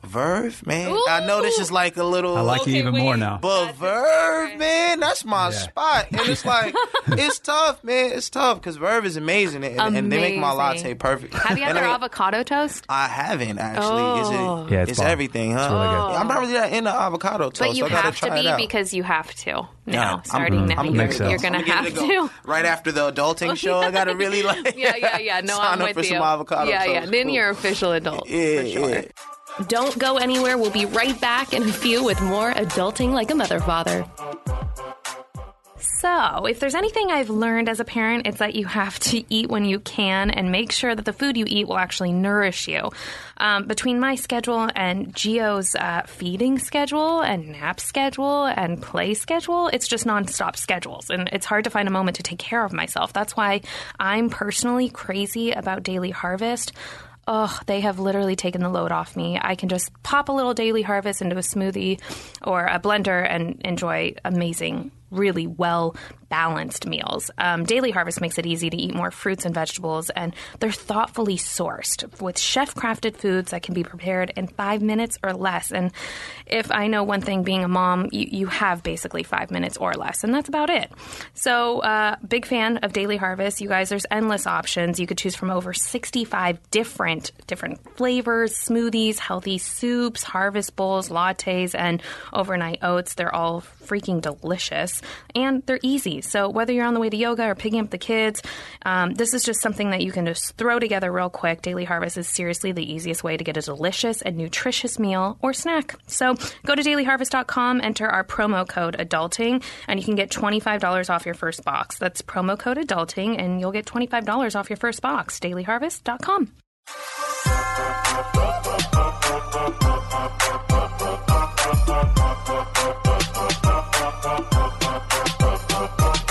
Speaker 4: Verve, man, I know this
Speaker 1: Ooh.
Speaker 4: is like a little.
Speaker 3: I like you even more now.
Speaker 4: But Verve, man, that's my
Speaker 3: Yeah.
Speaker 4: spot. And
Speaker 1: [laughs]
Speaker 4: it's like, it's tough, man. It's tough because Verve is amazing and, and- and they make my
Speaker 1: Amazing.
Speaker 4: latte perfect.
Speaker 1: Have you had
Speaker 4: And I
Speaker 1: their
Speaker 4: mean,
Speaker 1: avocado toast?
Speaker 4: I haven't actually.
Speaker 1: Oh.
Speaker 4: Is it?
Speaker 3: Yeah, it's
Speaker 4: it's
Speaker 3: bomb.
Speaker 4: everything, huh?
Speaker 3: really good.
Speaker 4: I'm not really that into avocado toast.
Speaker 1: But you
Speaker 4: so I gotta
Speaker 1: have to
Speaker 4: try it
Speaker 1: be
Speaker 4: out.
Speaker 1: because you have to
Speaker 4: Yeah,
Speaker 1: now.
Speaker 4: I'm-
Speaker 1: starting
Speaker 4: I'm
Speaker 1: now,
Speaker 4: gonna
Speaker 1: you're,
Speaker 3: give it a
Speaker 1: you're
Speaker 3: go.
Speaker 1: gonna
Speaker 4: I'm give
Speaker 1: have
Speaker 4: it a go.
Speaker 1: to.
Speaker 4: [laughs] Right after the
Speaker 1: [laughs]
Speaker 4: adulting show, I gotta really like.
Speaker 1: Yeah, yeah,
Speaker 4: [laughs]
Speaker 1: yeah. No, I'm
Speaker 4: sign up
Speaker 1: with
Speaker 4: for
Speaker 1: you.
Speaker 4: some avocado
Speaker 1: yeah,
Speaker 4: toast.
Speaker 1: yeah. Then
Speaker 4: Cool.
Speaker 1: you're official adult.
Speaker 4: Yeah,
Speaker 1: for sure.
Speaker 4: yeah.
Speaker 1: Don't go anywhere. We'll be right back in a few with more adulting like a mother father. So, if there's anything I've learned as a parent, it's that you have to eat when you can and make sure that the food you eat will actually nourish you. Um, between my schedule and Geo's uh, feeding schedule and nap schedule and play schedule, it's just nonstop schedules, and it's hard to find a moment to take care of myself. That's why I'm personally crazy about Daily Harvest. Oh, they have literally taken the load off me. I can just pop a little daily harvest into a smoothie or a blender and enjoy amazing, really well balanced meals. Um, daily harvest makes it easy to eat more fruits and vegetables, and they're thoughtfully sourced with chef crafted foods that can be prepared in five minutes or less. And if I know one thing being a mom, you, you have basically five minutes or less, and that's about it. So, uh, big fan of Daily Harvest. You guys, there's endless options. You could choose from over 65 different different flavors, smoothies, healthy soups, harvest bowls, lattes, and overnight oats. They're all freaking delicious, and they're easy. So whether you're on the way to yoga or picking up the kids, um, this is just something that you can just throw together real quick. Daily Harvest is seriously the easiest way to get a delicious and nutritious meal or snack. So go to dailyharvest.com, enter our promo code adulting, and you can get $25 off your first box. That's promo code adulting, and you'll get $25 off your first box. dailyharvest.com.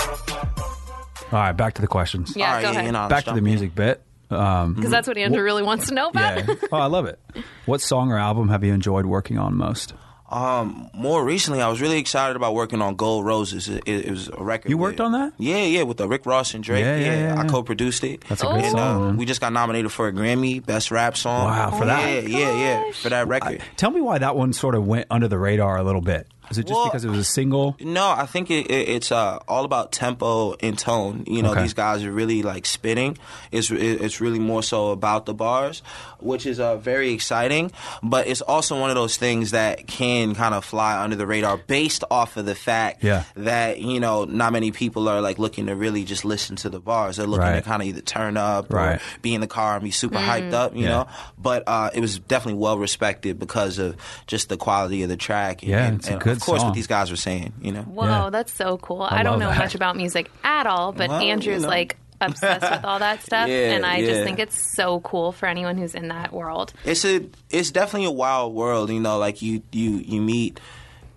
Speaker 3: All right, back to the questions.
Speaker 1: Yeah,
Speaker 4: All right,
Speaker 1: go ahead.
Speaker 4: you know,
Speaker 3: Back to the
Speaker 4: stop.
Speaker 3: music bit. Um,
Speaker 1: Because that's what Andrew really wants to know about.
Speaker 3: yeah. Oh, I love it. What song or album have you enjoyed working on most?
Speaker 4: Um, more recently, I was really excited about working on Gold Roses. It, it- it was a record.
Speaker 3: You worked
Speaker 4: with-
Speaker 3: on that?
Speaker 4: Yeah, yeah, with the Rick Ross and Drake.
Speaker 3: Yeah, yeah, yeah,
Speaker 4: I
Speaker 3: yeah.
Speaker 4: co-produced it.
Speaker 3: That's a good
Speaker 4: And, uh,
Speaker 3: song, man.
Speaker 4: we just got nominated for a Grammy Best Rap Song.
Speaker 3: Wow, for Oh that? my
Speaker 4: Yeah, yeah, yeah, for that record.
Speaker 3: Tell me why that one sort of went under the radar a little bit. Is it just
Speaker 4: Well,
Speaker 3: because it was a single?
Speaker 4: No, I think it, it, it's uh, all about tempo and tone. You know,
Speaker 3: Okay.
Speaker 4: these guys are really like spitting. It's it, it's really more so about the bars, which is uh, very exciting. But it's also one of those things that can kind of fly under the radar, based off of the fact
Speaker 3: Yeah.
Speaker 4: that you know not many people are like looking to really just listen to the bars. They're looking
Speaker 3: Right.
Speaker 4: to kind of either turn up
Speaker 3: Right.
Speaker 4: or be in the car and be super hyped up. You
Speaker 3: Yeah.
Speaker 4: know, but uh, it was definitely well respected because of just the quality of the track.
Speaker 3: Yeah,
Speaker 4: and,
Speaker 3: it's a
Speaker 4: and
Speaker 3: good
Speaker 4: of course
Speaker 3: song.
Speaker 4: what these guys were saying. You know.
Speaker 1: Whoa,
Speaker 3: Yeah.
Speaker 1: that's so cool. I, don't
Speaker 3: love
Speaker 1: know
Speaker 3: that.
Speaker 1: much about music at all, but
Speaker 4: Well, you
Speaker 1: Andrew's
Speaker 4: know.
Speaker 1: like obsessed with all that stuff,
Speaker 4: [laughs] Yeah,
Speaker 1: and I just
Speaker 4: yeah.
Speaker 1: think it's so cool for anyone who's in that world.
Speaker 4: it's a it's definitely a wild world you know like you you you meet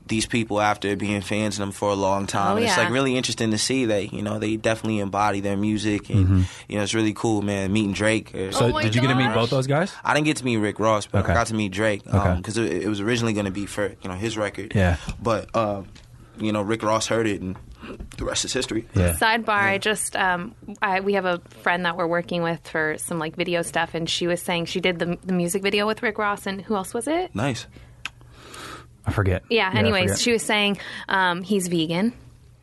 Speaker 4: these people after being fans of them for a long time
Speaker 1: Oh,
Speaker 4: and it's
Speaker 1: yeah.
Speaker 4: like really interesting to see that you know they definitely embody their music and you know it's really cool man meeting drake or,
Speaker 3: Mm-hmm. So
Speaker 1: Oh my
Speaker 3: did you get to meet
Speaker 1: gosh.
Speaker 3: both those guys?
Speaker 4: I didn't get to meet Rick Ross, but
Speaker 3: Okay.
Speaker 4: I got to meet Drake um,
Speaker 3: Okay.
Speaker 4: because it, it was originally going to be for you know his record.
Speaker 3: Yeah.
Speaker 4: But um, you know Rick Ross heard it and the rest is history.
Speaker 3: Yeah.
Speaker 5: Sidebar, I just um, I, we have a friend that we're working with for some like video stuff, and she was saying she did the, the music video with Rick Ross, and who else was it?
Speaker 4: Nice.
Speaker 3: I forget.
Speaker 5: Yeah.
Speaker 3: I
Speaker 5: Anyways,
Speaker 3: forget.
Speaker 5: she was saying um, he's vegan.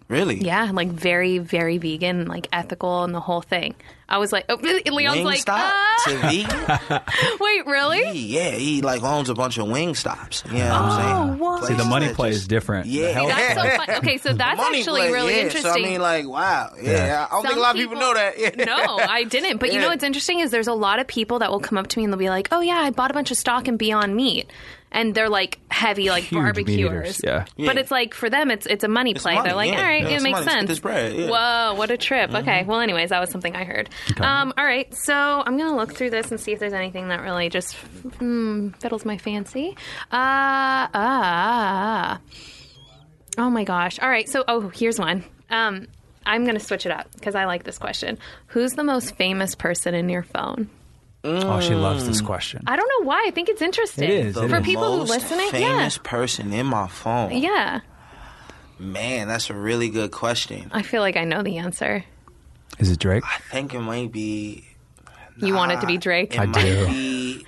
Speaker 4: Really?
Speaker 5: Yeah, like very, very vegan, like ethical, and the whole thing. I was like, oh, [laughs] Leon's
Speaker 4: Wing
Speaker 5: like,
Speaker 4: stop
Speaker 5: ah,
Speaker 4: to
Speaker 1: [laughs]
Speaker 4: vegan?
Speaker 5: wait, really?
Speaker 4: yeah, he like owns a bunch of wing stops. You know what I'm saying?
Speaker 5: wow.
Speaker 3: See, the money
Speaker 4: that
Speaker 3: play
Speaker 4: just-
Speaker 3: is different.
Speaker 4: Yeah,
Speaker 3: The health
Speaker 5: That's
Speaker 3: play.
Speaker 5: so fun.
Speaker 4: [laughs]
Speaker 5: Okay, so that's
Speaker 4: Money
Speaker 5: actually
Speaker 4: play,
Speaker 5: really
Speaker 4: yeah.
Speaker 5: interesting.
Speaker 4: So I mean, like, wow. Yeah, I don't think a lot of people know that. Yeah.
Speaker 5: no, I didn't. But you know
Speaker 4: Yeah.
Speaker 5: what's interesting is there's a lot of people that will come up to me and they'll be like, "Oh yeah, I bought a bunch of stock in Beyond Meat," and they're like heavy like
Speaker 3: Huge meat
Speaker 5: barbecuers.
Speaker 3: eaters, yeah.
Speaker 5: But
Speaker 4: Yeah.
Speaker 5: it's like for them, it's it's a money play.
Speaker 4: money,
Speaker 5: they're like,
Speaker 4: yeah.
Speaker 5: "All right,
Speaker 4: Yeah,
Speaker 5: it
Speaker 4: it's
Speaker 5: makes
Speaker 4: money. It's
Speaker 5: sense."
Speaker 4: this bread, yeah.
Speaker 5: Whoa, Oh, what a trip. Okay.
Speaker 3: Mm-hmm.
Speaker 5: Well, anyways, that was something I heard. Um, all right, so I'm gonna look through this and see if there's anything that really just mm, fiddles my fancy. Uh, ah. Oh my gosh. All right. So, oh, here's one. Um, I'm going to switch it up because I like this question. Who's the most famous person in your phone?
Speaker 3: Oh, she loves this question.
Speaker 5: Mm. I don't know why. I think it's interesting.
Speaker 3: It is,
Speaker 4: [laughs] The
Speaker 3: it
Speaker 5: For
Speaker 3: is.
Speaker 5: people who
Speaker 4: most
Speaker 5: listen, it, yeah.
Speaker 4: famous person in my phone.
Speaker 5: Yeah.
Speaker 4: Man, that's a really good question.
Speaker 5: I feel like I know the answer.
Speaker 3: Is it Drake?
Speaker 4: I think it might be. uh,
Speaker 5: You want it to be Drake?
Speaker 4: It
Speaker 3: I
Speaker 4: might
Speaker 3: do.
Speaker 4: Be,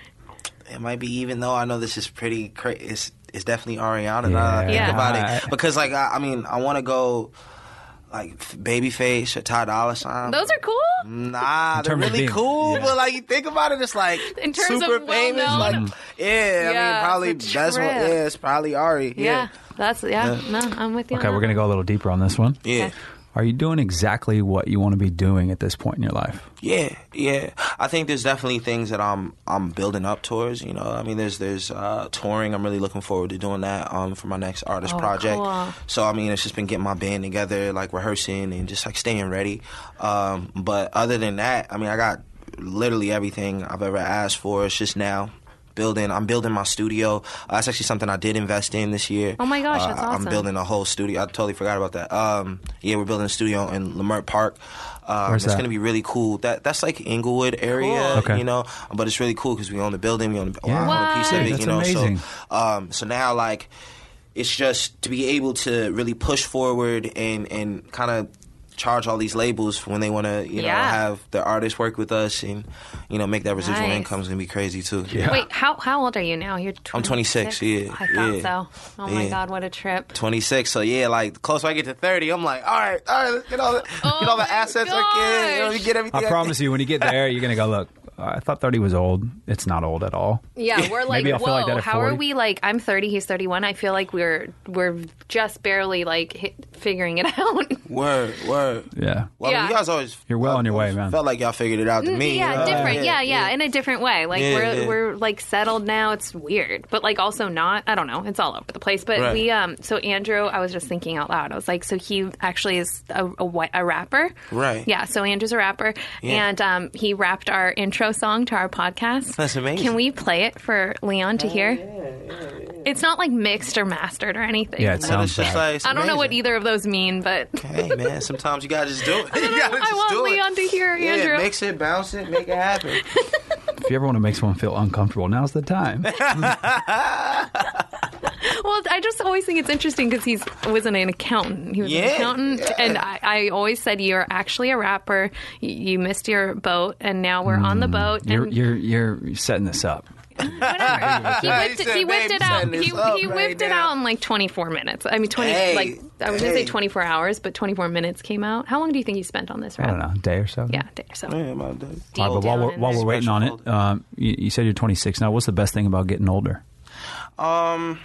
Speaker 4: it might be even though I know this is pretty crazy. It's, it's definitely Ariana. Now that I think
Speaker 5: Yeah.
Speaker 4: about
Speaker 3: Yeah.
Speaker 4: it because like I, I mean I want to go like f- Babyface or Ty Dolla Sign.
Speaker 5: Those are cool.
Speaker 4: Nah, they're
Speaker 3: terms of
Speaker 4: really
Speaker 3: being-
Speaker 4: cool,
Speaker 3: yeah.
Speaker 4: but like you think about it, it's like
Speaker 5: [laughs] In terms
Speaker 4: super
Speaker 5: of
Speaker 4: famous. Like,
Speaker 5: well-known-
Speaker 4: yeah, I
Speaker 5: Yeah,
Speaker 4: mean, probably
Speaker 5: it's a
Speaker 4: that's what.
Speaker 5: trip.
Speaker 4: Yeah, it's probably Ari.
Speaker 5: Yeah.
Speaker 4: Yeah,
Speaker 5: That's, yeah. No, I'm with you.
Speaker 3: Okay,
Speaker 5: on
Speaker 3: we're
Speaker 5: that.
Speaker 3: going to go a little deeper on this one.
Speaker 4: yeah,
Speaker 3: Are you doing exactly what you want to be doing at this point in your life?
Speaker 4: yeah, yeah. I think there's definitely things that I'm I'm building up towards. You know, I mean, there's there's uh, touring. I'm really looking forward to doing that um, for my next artist
Speaker 5: Oh,
Speaker 4: project.
Speaker 5: cool.
Speaker 4: So I mean, it's just been getting my band together, like rehearsing and just like staying ready. Um, but other than that, I mean, I got literally everything I've ever asked for. It's just now building. I'm building my studio. Uh, that's actually something I did invest in this year.
Speaker 5: Oh my gosh,
Speaker 4: Uh,
Speaker 5: that's awesome.
Speaker 4: I'm building a whole studio. I totally forgot about that. Um, yeah, we're building a studio in Lamert Park. Um,
Speaker 3: Where's
Speaker 4: it's
Speaker 3: that?
Speaker 4: going to be really cool. That that's like Inglewood area,
Speaker 3: Cool. Okay.
Speaker 4: you know. But it's really cool because we own the building, we own, the,
Speaker 3: Yeah.
Speaker 4: I own a piece of
Speaker 3: Wow.
Speaker 4: it,
Speaker 3: That's
Speaker 4: you know.
Speaker 3: amazing.
Speaker 4: So um, so now, like, it's just to be able to really push forward and and kind of charge all these labels for when they want to, you know,
Speaker 5: Yeah.
Speaker 4: have their artists work with us and you know make that residual
Speaker 5: Nice.
Speaker 4: income is gonna be crazy too.
Speaker 3: Yeah.
Speaker 5: [laughs] Wait, how, how old are you now? You're 26?
Speaker 4: I'm 26, yeah,
Speaker 5: I thought
Speaker 4: yeah.
Speaker 5: so. Oh my
Speaker 4: Yeah.
Speaker 5: God, what a trip.
Speaker 4: 26. So yeah, like the closer I get to 30, I'm like, all right, all right, let's get all the,
Speaker 3: Oh
Speaker 4: get all
Speaker 5: my
Speaker 4: the assets I can. You know,
Speaker 5: gosh.
Speaker 4: we get everything.
Speaker 3: I promise you, when you get there, you're going to go, look, I thought 30 was old. It's not old at all.
Speaker 5: Yeah, [laughs] we're like,
Speaker 3: Maybe I'll
Speaker 5: whoa,
Speaker 3: feel like that at
Speaker 5: how are
Speaker 3: 40.
Speaker 5: we like? I'm 30, he's 31. I feel like we're we're just barely like hit, figuring it [laughs] out.
Speaker 4: Word, word.
Speaker 3: Yeah.
Speaker 4: Well,
Speaker 5: Yeah. Mm,
Speaker 4: you guys always
Speaker 3: You're well on your way, man.
Speaker 4: Felt like y'all figured it out to me. you
Speaker 5: yeah,
Speaker 4: know?
Speaker 5: different. Yeah, yeah, in a different way. Like
Speaker 4: Yeah,
Speaker 5: we're
Speaker 4: yeah.
Speaker 5: we're like settled now. It's weird, but like also not. I don't know. It's all over the place. But
Speaker 4: Right.
Speaker 5: we um. So Andrew, I was just thinking out loud. I was like, so he actually is a a, whi- a rapper,
Speaker 4: Right.
Speaker 5: Yeah. So Andrew's a rapper,
Speaker 4: Yeah.
Speaker 5: and um, he rapped our intro song to our podcast.
Speaker 4: That's amazing.
Speaker 5: Can we play it for Leon to hear? It's not like mixed or mastered or anything.
Speaker 3: Yeah, it
Speaker 4: But
Speaker 3: sounds
Speaker 4: it's just
Speaker 3: bad.
Speaker 4: like, it's
Speaker 5: I don't know what
Speaker 4: amazing.
Speaker 5: either of those
Speaker 4: [laughs]
Speaker 5: mean, but
Speaker 4: Hey man, sometimes you gotta just do it. you gotta
Speaker 5: [laughs] I
Speaker 4: just
Speaker 5: want
Speaker 4: do it.
Speaker 5: Leon to hear
Speaker 4: yeah,
Speaker 5: Andrew.
Speaker 4: mix it, bounce it, make it
Speaker 5: [laughs]
Speaker 4: happen.
Speaker 3: If you ever want to make someone feel uncomfortable, now's the [laughs] time.
Speaker 5: Well, I just always think it's interesting because he's wasn't an accountant. He was an
Speaker 4: Yeah.
Speaker 5: accountant, and I, I always said you're actually a rapper. You, you missed your boat, and now we're on the boat.
Speaker 3: Mm. You're,
Speaker 5: and
Speaker 3: you're, you're setting this up.
Speaker 4: [laughs]
Speaker 5: whatever.
Speaker 4: He
Speaker 5: he whipped, it, he
Speaker 4: said,
Speaker 5: whipped
Speaker 4: "Babe, I'm
Speaker 5: it out.
Speaker 4: setting
Speaker 5: He,
Speaker 4: this up
Speaker 5: he
Speaker 4: right
Speaker 5: whipped it
Speaker 4: now."
Speaker 5: out in like 24 minutes. I mean, 20
Speaker 4: Hey,
Speaker 5: like I was gonna say
Speaker 4: hey.
Speaker 5: 24 hours, but 24 minutes came out. How long do you think you spent on this
Speaker 3: I
Speaker 5: rap?
Speaker 3: don't know, a day or so?
Speaker 5: Yeah, a day or so.
Speaker 4: Yeah, my dude.
Speaker 3: All right, but
Speaker 5: Deep down
Speaker 3: while we're,
Speaker 5: in
Speaker 3: while
Speaker 5: there.
Speaker 3: we're waiting on it, um, you, you said you're 26. Now, what's the best thing about getting older?
Speaker 4: Um,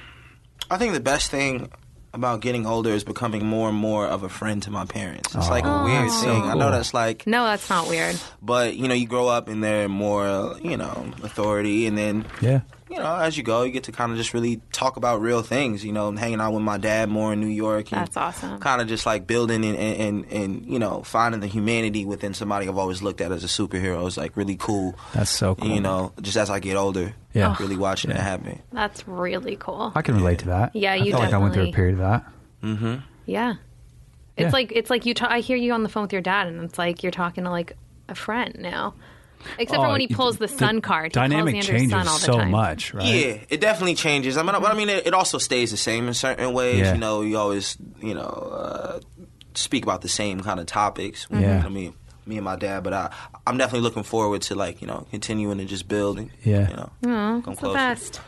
Speaker 4: I think the best thing about getting older is becoming more and more of a friend to my parents. It's like a weird
Speaker 3: so
Speaker 4: thing. I know
Speaker 3: cool.
Speaker 4: that's like
Speaker 5: No, that's not weird.
Speaker 4: but you know you grow up and they're more uh, you know authority and then
Speaker 3: Yeah.
Speaker 4: you know as you go you get to kind of just really talk about real things you know and hanging out with my dad more in new york and
Speaker 5: That's awesome.
Speaker 4: kind of just like building and, and, and, and you know finding the humanity within somebody i've always looked at as a superhero is like really cool
Speaker 3: That's so cool.
Speaker 4: you know just as i get older
Speaker 3: Yeah.
Speaker 4: really watching it happen
Speaker 5: That's really cool.
Speaker 3: I can relate to that.
Speaker 5: Yeah,
Speaker 3: I
Speaker 5: you
Speaker 3: feel like I went through a period
Speaker 5: definitely-
Speaker 3: of that.
Speaker 5: Yeah. It's
Speaker 3: Yeah.
Speaker 5: like it's like you. Ta- I hear you on the phone with your dad, and it's like you're talking to like a friend now. Except for
Speaker 3: Oh,
Speaker 5: when he
Speaker 3: you-
Speaker 5: pulls the sun card. He
Speaker 3: Dynamic
Speaker 5: calls Andrew's
Speaker 3: changes
Speaker 5: son all the
Speaker 3: so
Speaker 5: time.
Speaker 3: much, right?
Speaker 4: Yeah, it definitely changes. I mean, I, but I mean, it, it also stays the same in certain ways.
Speaker 3: Yeah.
Speaker 4: You know, you always, you know, uh, speak about the same kind of topics.
Speaker 3: Yeah.
Speaker 4: I mean, me and my dad, but I, I'm definitely looking forward to like you know continuing to just build and
Speaker 3: Yeah.
Speaker 4: you know come
Speaker 1: It's the best.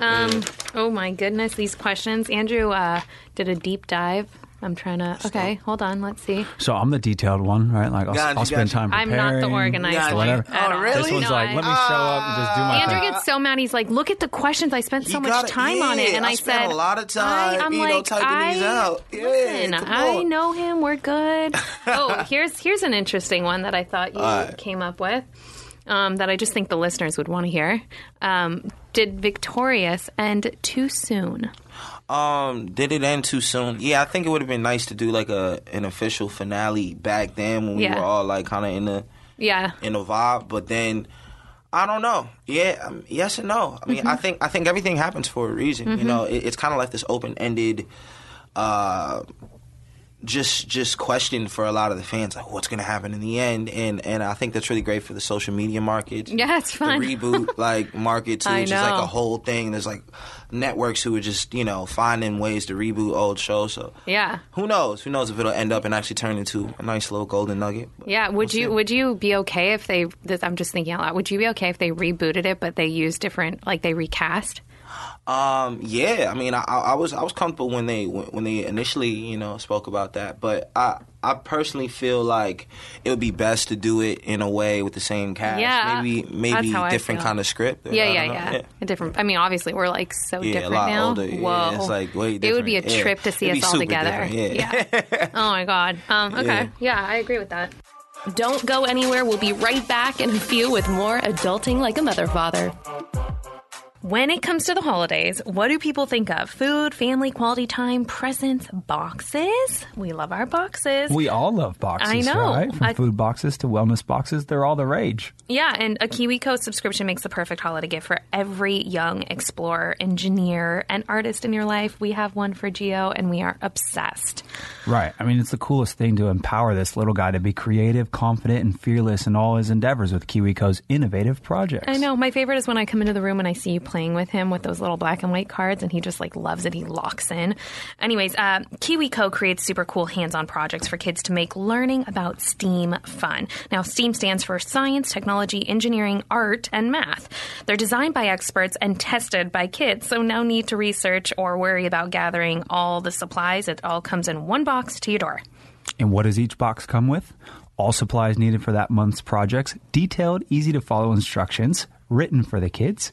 Speaker 1: Um, oh my goodness, these questions. Andrew uh, did a deep dive. I'm trying to. Okay, hold on. Let's see.
Speaker 3: So I'm the detailed one, right? Like I'll,
Speaker 4: Gotcha,
Speaker 3: I'll spend
Speaker 4: gotcha.
Speaker 3: time
Speaker 1: I'm
Speaker 3: preparing.
Speaker 1: not the organized
Speaker 4: Yeah,
Speaker 1: one.
Speaker 3: whatever.
Speaker 1: at
Speaker 4: Oh,
Speaker 1: all.
Speaker 4: really?
Speaker 3: This one's
Speaker 1: No,
Speaker 3: like,
Speaker 1: I-
Speaker 3: let me show up and just do my
Speaker 1: Andrew
Speaker 3: thing.
Speaker 1: gets so mad. He's like, "Look at the questions. I spent
Speaker 4: Uh, You
Speaker 1: so much
Speaker 4: gotta-
Speaker 1: time on it."
Speaker 4: yeah,
Speaker 1: And I,
Speaker 4: I spent
Speaker 1: said,
Speaker 4: a lot of time,
Speaker 1: I, am
Speaker 4: you know,
Speaker 1: like,
Speaker 4: typing
Speaker 1: I,
Speaker 4: these out. Yeah,
Speaker 1: listen,
Speaker 4: come
Speaker 1: I
Speaker 4: on."
Speaker 1: know him. We're
Speaker 4: [laughs]
Speaker 1: good. oh, here's here's an interesting one that I thought you
Speaker 4: All right.
Speaker 1: came up with. Um, that I just think the listeners would want to hear. Um, did Victorious end too soon?
Speaker 4: Um, did it end too soon? Yeah, I think it would have been nice to do like a an official finale back then when we
Speaker 1: Yeah.
Speaker 4: were all like kind of in the
Speaker 1: Yeah.
Speaker 4: in the vibe. But then, I don't know. Yeah, um, yes and no. I mean,
Speaker 1: Mm-hmm.
Speaker 4: I think I think everything happens for a reason. You know, it, it's kind of like this open ended, uh, just just question for a lot of the fans, like what's going to happen in the end. And and I think that's really great for the social media market.
Speaker 1: Yeah, it's fun. [laughs]
Speaker 4: The reboot like market too,
Speaker 1: I
Speaker 4: which is like
Speaker 1: know.
Speaker 4: a whole thing. There's like networks who are just you know finding ways to reboot old shows. So
Speaker 1: Yeah.
Speaker 4: Who knows? Who knows if it'll end up and actually turn into a nice little golden nugget? But
Speaker 1: Yeah, would you would you be okay if they? This, I'm just thinking out loud. Would you be okay if they rebooted it, but they used different, like they recast?
Speaker 4: Um, yeah, I mean, I, I was I was comfortable when they when they initially you know spoke about that, but I I personally feel like it would be best to do it in a way with the same cast,
Speaker 1: Yeah,
Speaker 4: maybe
Speaker 1: that's
Speaker 4: maybe
Speaker 1: how I
Speaker 4: different
Speaker 1: feel.
Speaker 4: kind of script. I
Speaker 1: Yeah,
Speaker 4: don't
Speaker 1: yeah,
Speaker 4: [laughs] know.
Speaker 1: yeah, A different. I mean, obviously, we're like so
Speaker 4: Yeah,
Speaker 1: different
Speaker 4: a lot
Speaker 1: now.
Speaker 4: older.
Speaker 1: Whoa,
Speaker 4: Yeah, it's like way
Speaker 1: It would be a
Speaker 4: different. Yeah.
Speaker 1: trip to see
Speaker 4: It'd be
Speaker 1: us all
Speaker 4: super
Speaker 1: together.
Speaker 4: different. [laughs] Yeah.
Speaker 1: oh my god. Um, okay. Yeah. I agree with that.
Speaker 5: Don't go anywhere. We'll be right back in a few with more Adulting Like a Mother Father.
Speaker 1: When it comes to the holidays, what do people think of? Food, family, quality time, presents, boxes. We love our boxes.
Speaker 3: We all love boxes,
Speaker 1: I know.
Speaker 3: right? From
Speaker 1: I-
Speaker 3: food boxes to wellness boxes, they're all the rage.
Speaker 1: Yeah, and a KiwiCo subscription makes the perfect holiday gift for every young explorer, engineer, and artist in your life. We have one for Geo, and we are obsessed.
Speaker 3: Right. I mean, it's the coolest thing to empower this little guy to be creative, confident, and fearless in all his endeavors with KiwiCo's innovative projects.
Speaker 1: I know. My favorite is when I come into the room and I see you playing with him with those little black and white cards, and he just like loves it. He locks in. Anyways, uh, KiwiCo creates super cool hands on projects for kids to make learning about STEAM fun. Now, STEAM stands for science, technology, engineering, art, and math. They're designed by experts and tested by kids, so no need to research or worry about gathering all the supplies. It all comes in one box to your door.
Speaker 3: And what does each box come with? All supplies needed for that month's projects, detailed, easy to follow instructions, written for the kids,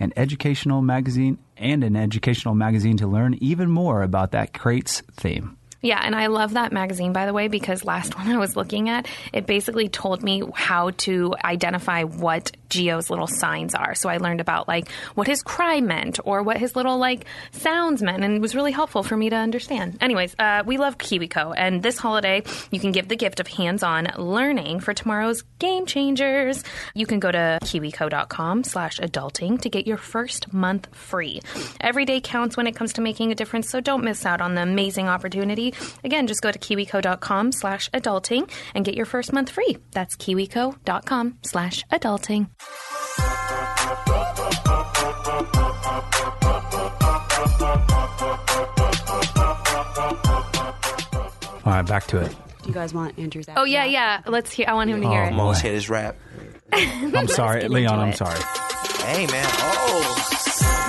Speaker 3: an educational magazine, and an educational magazine to learn even more about that crates theme.
Speaker 1: Yeah, and I love that magazine, by the way, because last [laughs] one I was looking at, it basically told me how to identify what Geo's little signs are. So I learned about like what his cry meant or what his little like sounds meant, and it was really helpful for me to understand. Anyways, uh, we love KiwiCo, and this holiday you can give the gift of hands-on learning for tomorrow's game changers. You can go to kiwico.com slash adulting to get your first month free. Every day counts when it comes to making a difference, so don't miss out on the amazing opportunity. Again, just go to kiwico.com slash adulting and get your first month free. That's kiwico.com slash adulting.
Speaker 3: All right, back to it.
Speaker 6: Do you guys want Andrew's?
Speaker 1: Oh, yeah, yeah. Let's hear, I want him to hear
Speaker 3: Oh,
Speaker 1: it.
Speaker 4: I'm almost hit his rap.
Speaker 3: I'm sorry, Leon, I'm sorry.
Speaker 4: Hey man, oh.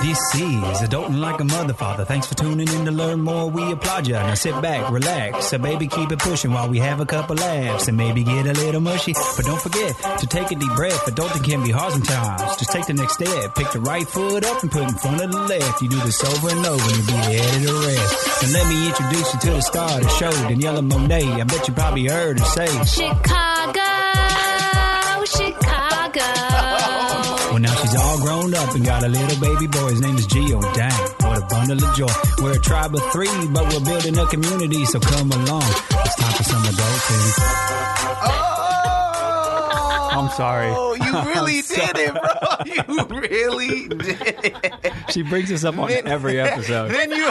Speaker 7: DC is adulting like a motherfather. Thanks for tuning in to learn more. We applaud ya. Now sit back, relax, so baby keep it pushing while we have a couple laughs and maybe get a little mushy. But don't forget to take a deep breath. Adulting can be hard sometimes. Just take the next step. Pick the right foot up and put in front of the left. You do this over and over and you'll be ahead of the rest. And let me introduce you to the star of the show, Daniela Monet. I bet you probably heard her say.
Speaker 5: Chicago,
Speaker 4: [laughs]
Speaker 5: Chicago.
Speaker 7: Well, now she's all grown up and got a little baby boy. His name is Gio. Dang, what a bundle of joy. We're a tribe of three, but we're building a community, so come along. It's time for some adulting.
Speaker 4: Oh,
Speaker 3: [laughs] I'm sorry.
Speaker 4: Oh, you really did it, bro. [laughs] You really did it.
Speaker 3: She brings us up on every episode.
Speaker 4: [laughs] Then you.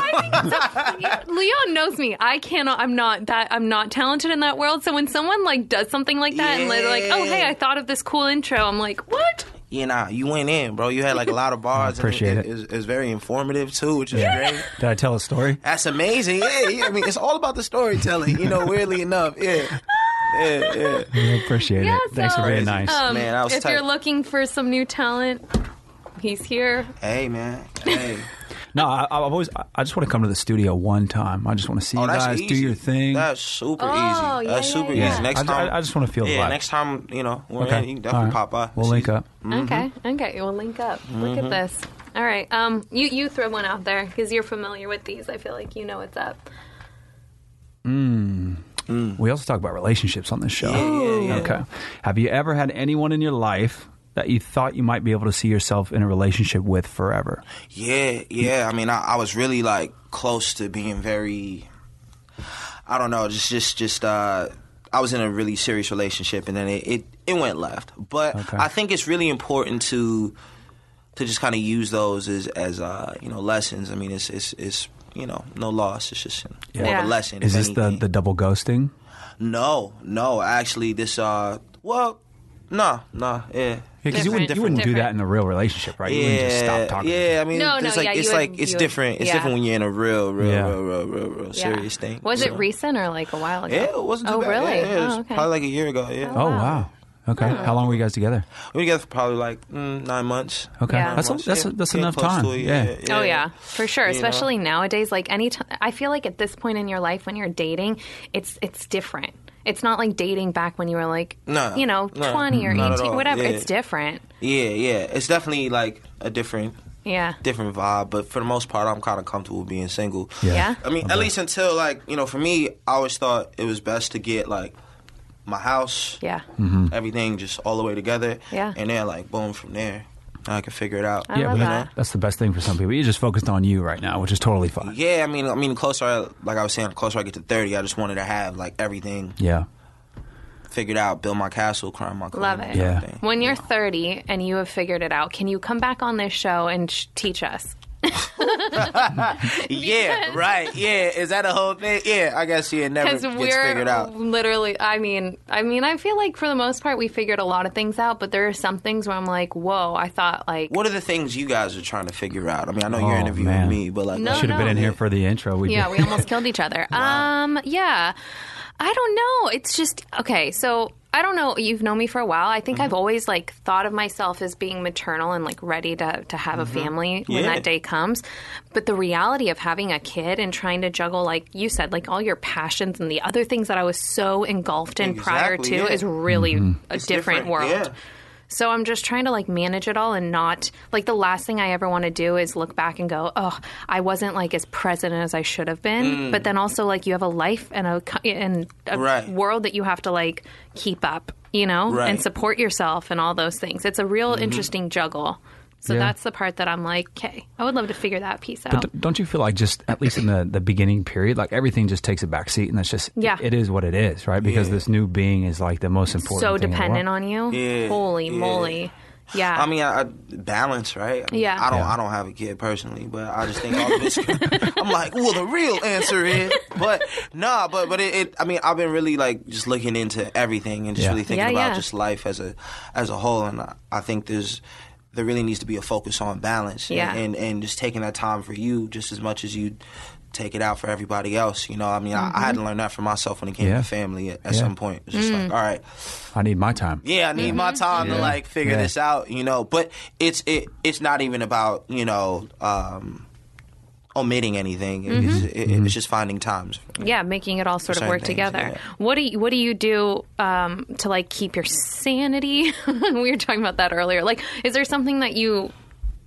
Speaker 1: Leon knows me. I cannot. I'm not that. I'm not talented in that world. So when someone like does something like that and they're like, "Oh, hey, I thought of this cool intro," I'm like, "What?"
Speaker 4: you know, you went in, bro. You had like
Speaker 3: [laughs]
Speaker 4: a lot of bars. and
Speaker 3: appreciate it.
Speaker 4: It, was- it was very informative too, which is great.
Speaker 3: Did I tell a story?
Speaker 4: That's amazing. Yeah, yeah. I mean, it's all about the storytelling. You know, weirdly enough, yeah, yeah, yeah.
Speaker 3: I appreciate it. Thanks for being
Speaker 4: so,
Speaker 3: nice.
Speaker 4: um, Man, I was
Speaker 5: if
Speaker 4: tight.
Speaker 5: you're looking for some new talent, he's here.
Speaker 4: Hey, man. Hey.
Speaker 3: no, I, I've always. I- I just want to come to the studio one time. I just want to see
Speaker 4: Oh,
Speaker 3: you
Speaker 4: that's
Speaker 3: guys
Speaker 4: easy.
Speaker 3: do your thing.
Speaker 4: That's super
Speaker 5: Oh,
Speaker 4: easy.
Speaker 5: yeah,
Speaker 4: That's
Speaker 5: yeah,
Speaker 4: super
Speaker 5: yeah.
Speaker 4: easy. Next
Speaker 3: I,
Speaker 4: time,
Speaker 3: I, I just want to feel the
Speaker 4: yeah.
Speaker 3: vibe.
Speaker 4: Next time, you know, we're
Speaker 3: Okay.
Speaker 4: in, you can definitely
Speaker 3: All right.
Speaker 4: pop by.
Speaker 3: We'll link up.
Speaker 4: Mm-hmm.
Speaker 5: Okay, okay, we'll link up. Look at this. All right, um, you you throw one out there because you're familiar with these. I feel like you know what's up.
Speaker 3: We also talk about relationships on this show.
Speaker 4: yeah, yeah.
Speaker 3: Okay. Have you ever had anyone in your life that you thought you might be able to see yourself in a relationship with forever?
Speaker 4: Yeah, yeah. I mean, I, I was really like close to being very. I don't know. Just, just, just. uh I was in a really serious relationship, and then it it, it went left. But
Speaker 3: Okay.
Speaker 4: I think it's really important to to just kind of use those as as uh, you know lessons. I mean, it's it's it's you know no loss. It's just more
Speaker 5: Yeah.
Speaker 4: of a lesson.
Speaker 3: Is
Speaker 4: if
Speaker 3: this the,
Speaker 4: anything.
Speaker 3: the double ghosting?
Speaker 4: No, no. Actually, this uh, well, no, no, yeah.
Speaker 3: Because you wouldn't, you
Speaker 5: Different.
Speaker 3: wouldn't do that
Speaker 5: Different.
Speaker 3: in a real relationship, right? You wouldn't just stop talking.
Speaker 4: yeah. I mean,
Speaker 5: No,
Speaker 4: it's
Speaker 5: no,
Speaker 4: like
Speaker 5: yeah,
Speaker 4: it's
Speaker 5: you would-
Speaker 4: like it's
Speaker 5: you would-
Speaker 4: different. It's
Speaker 5: yeah.
Speaker 4: different when you're in a real, real,
Speaker 3: Yeah.
Speaker 4: real, real, real, real
Speaker 5: Yeah.
Speaker 4: serious thing.
Speaker 5: Was
Speaker 4: so.
Speaker 5: it recent or like a while ago?
Speaker 4: Yeah, it wasn't too
Speaker 5: Oh,
Speaker 4: bad.
Speaker 5: really?
Speaker 4: Yeah, it was
Speaker 5: Oh, okay.
Speaker 4: probably like a year ago. Yeah,
Speaker 3: Oh, wow. Okay. How long were you guys together?
Speaker 4: we were together for probably like mm, nine months.
Speaker 3: Okay.
Speaker 5: Yeah.
Speaker 3: That's,
Speaker 4: Months,
Speaker 3: that's,
Speaker 4: yeah.
Speaker 3: that's
Speaker 4: Yeah,
Speaker 3: enough
Speaker 4: close
Speaker 3: time.
Speaker 4: to a year,
Speaker 3: yeah.
Speaker 5: Oh yeah, for sure.
Speaker 4: You know?
Speaker 5: Especially nowadays, like any time, I feel like at this point in your life when you're dating, it's it's different. It's not like dating back when you were like,
Speaker 4: No,
Speaker 5: you know,
Speaker 4: no,
Speaker 5: twenty or
Speaker 4: not at
Speaker 5: eighteen,
Speaker 4: all.
Speaker 5: whatever.
Speaker 4: Yeah.
Speaker 5: It's different.
Speaker 4: yeah, yeah. It's definitely like a different,
Speaker 5: Yeah.
Speaker 4: different vibe. But for the most part, I'm kind of comfortable being single.
Speaker 5: Yeah.
Speaker 4: I mean, at least until like you know, for me, I always thought it was best to get like my house,
Speaker 5: Yeah.
Speaker 4: everything just all the way together,
Speaker 5: Mm. Yeah.
Speaker 4: and then like boom from there, I can figure it out.
Speaker 5: I
Speaker 3: Yeah,
Speaker 5: love
Speaker 3: but
Speaker 5: that.
Speaker 3: that's the best thing for some people. You're just focused on you right now, which is totally fine.
Speaker 4: Yeah, I mean, I mean, the closer, I, like I was saying, the closer I get to thirty, I just wanted to have like everything
Speaker 3: Yeah.
Speaker 4: figured out, build my castle, climb my
Speaker 5: Love
Speaker 4: column,
Speaker 5: it.
Speaker 3: Yeah.
Speaker 4: everything.
Speaker 5: When you're 30 and you have figured it out, can you come back on this show and sh- teach us?
Speaker 4: Yeah, right. Yeah, is that a whole thing? Yeah, I guess yeah, it never
Speaker 5: Because
Speaker 4: gets
Speaker 5: we're
Speaker 4: figured out.
Speaker 5: literally, I mean, I mean, I feel like for the most part we figured a lot of things out, but there are some things where I'm like, whoa, I thought like,
Speaker 4: What are the things you guys are trying to figure out? I mean, I know
Speaker 3: Oh,
Speaker 4: you're interviewing
Speaker 3: man.
Speaker 4: me, but like,
Speaker 5: Oh, No,
Speaker 3: Should have been in
Speaker 4: yeah.
Speaker 3: here for the intro. We
Speaker 5: yeah, we almost killed
Speaker 4: [laughs]
Speaker 5: each other. Um, yeah, I don't know. It's just okay. So I don't know. You've known me for a while. I think
Speaker 4: Mm-hmm.
Speaker 5: I've always like thought of myself as being maternal and like ready to to have a family when
Speaker 4: Mm-hmm. Yeah.
Speaker 5: that day comes. But the reality of having a kid and trying to juggle, like you said, like all your passions and the other things that I was so engulfed in prior to
Speaker 4: Exactly, yeah. Mm-hmm.
Speaker 5: is really a
Speaker 4: It's
Speaker 5: different, world.
Speaker 4: Yeah.
Speaker 5: So I'm just trying to like manage it all and not like the last thing I ever want to do is look back and go, oh, I wasn't like as present as I should have been. But then also like you have a life and a co- and a
Speaker 4: Mm. Right.
Speaker 5: world that you have to like keep up, you know,
Speaker 4: Right. Mm-hmm.
Speaker 5: and support yourself and all those things. It's a real interesting juggle. So
Speaker 3: Yeah.
Speaker 5: that's the part that I'm like, okay, I would love to figure that piece out.
Speaker 3: But d- don't you feel like just at least in the, the beginning period, like everything just takes a back seat and that's just
Speaker 5: Yeah.
Speaker 3: it is what it is, right? Because this new being is like the most important.
Speaker 5: so
Speaker 3: thing in the
Speaker 5: dependent
Speaker 3: world.
Speaker 5: on you.
Speaker 4: Yeah,
Speaker 5: Holy
Speaker 4: yeah.
Speaker 5: moly. Yeah.
Speaker 4: I mean, I, I balance, right? I mean,
Speaker 5: Yeah.
Speaker 4: I don't,
Speaker 3: Yeah.
Speaker 4: I don't have a kid personally, but I just think all of this. [laughs] I'm like, well, the real answer is, but nah, but but it, it. I mean, I've been really like just looking into everything and just
Speaker 3: Yeah.
Speaker 4: really thinking
Speaker 5: Yeah,
Speaker 4: about
Speaker 5: yeah.
Speaker 4: just life as a as a whole, and I, I think there's. There really needs to be a focus on balance, and-
Speaker 5: Yeah.
Speaker 4: and, and just taking that time for you just as much as you take it out for everybody else. You know, I mean, I, I
Speaker 5: Mm-hmm.
Speaker 4: had to learn that for myself when it came
Speaker 3: Yeah.
Speaker 4: to family. At, at
Speaker 3: Yeah.
Speaker 4: some point, it's just like,
Speaker 5: Mm.
Speaker 4: all right,
Speaker 3: I need my time.
Speaker 4: yeah, I need my
Speaker 5: Mm-hmm.
Speaker 4: time to like figure
Speaker 3: Yeah.
Speaker 4: this out, you know. But it's it it's not even about you know um, omitting anything. It's,
Speaker 5: Mm-hmm.
Speaker 4: it, it's just finding times.
Speaker 5: yeah making it all sort of
Speaker 4: Certain
Speaker 5: work
Speaker 4: things,
Speaker 5: together
Speaker 4: yeah.
Speaker 5: what do you what do you do um, to like keep your sanity [laughs] we were talking about that earlier like is there something that you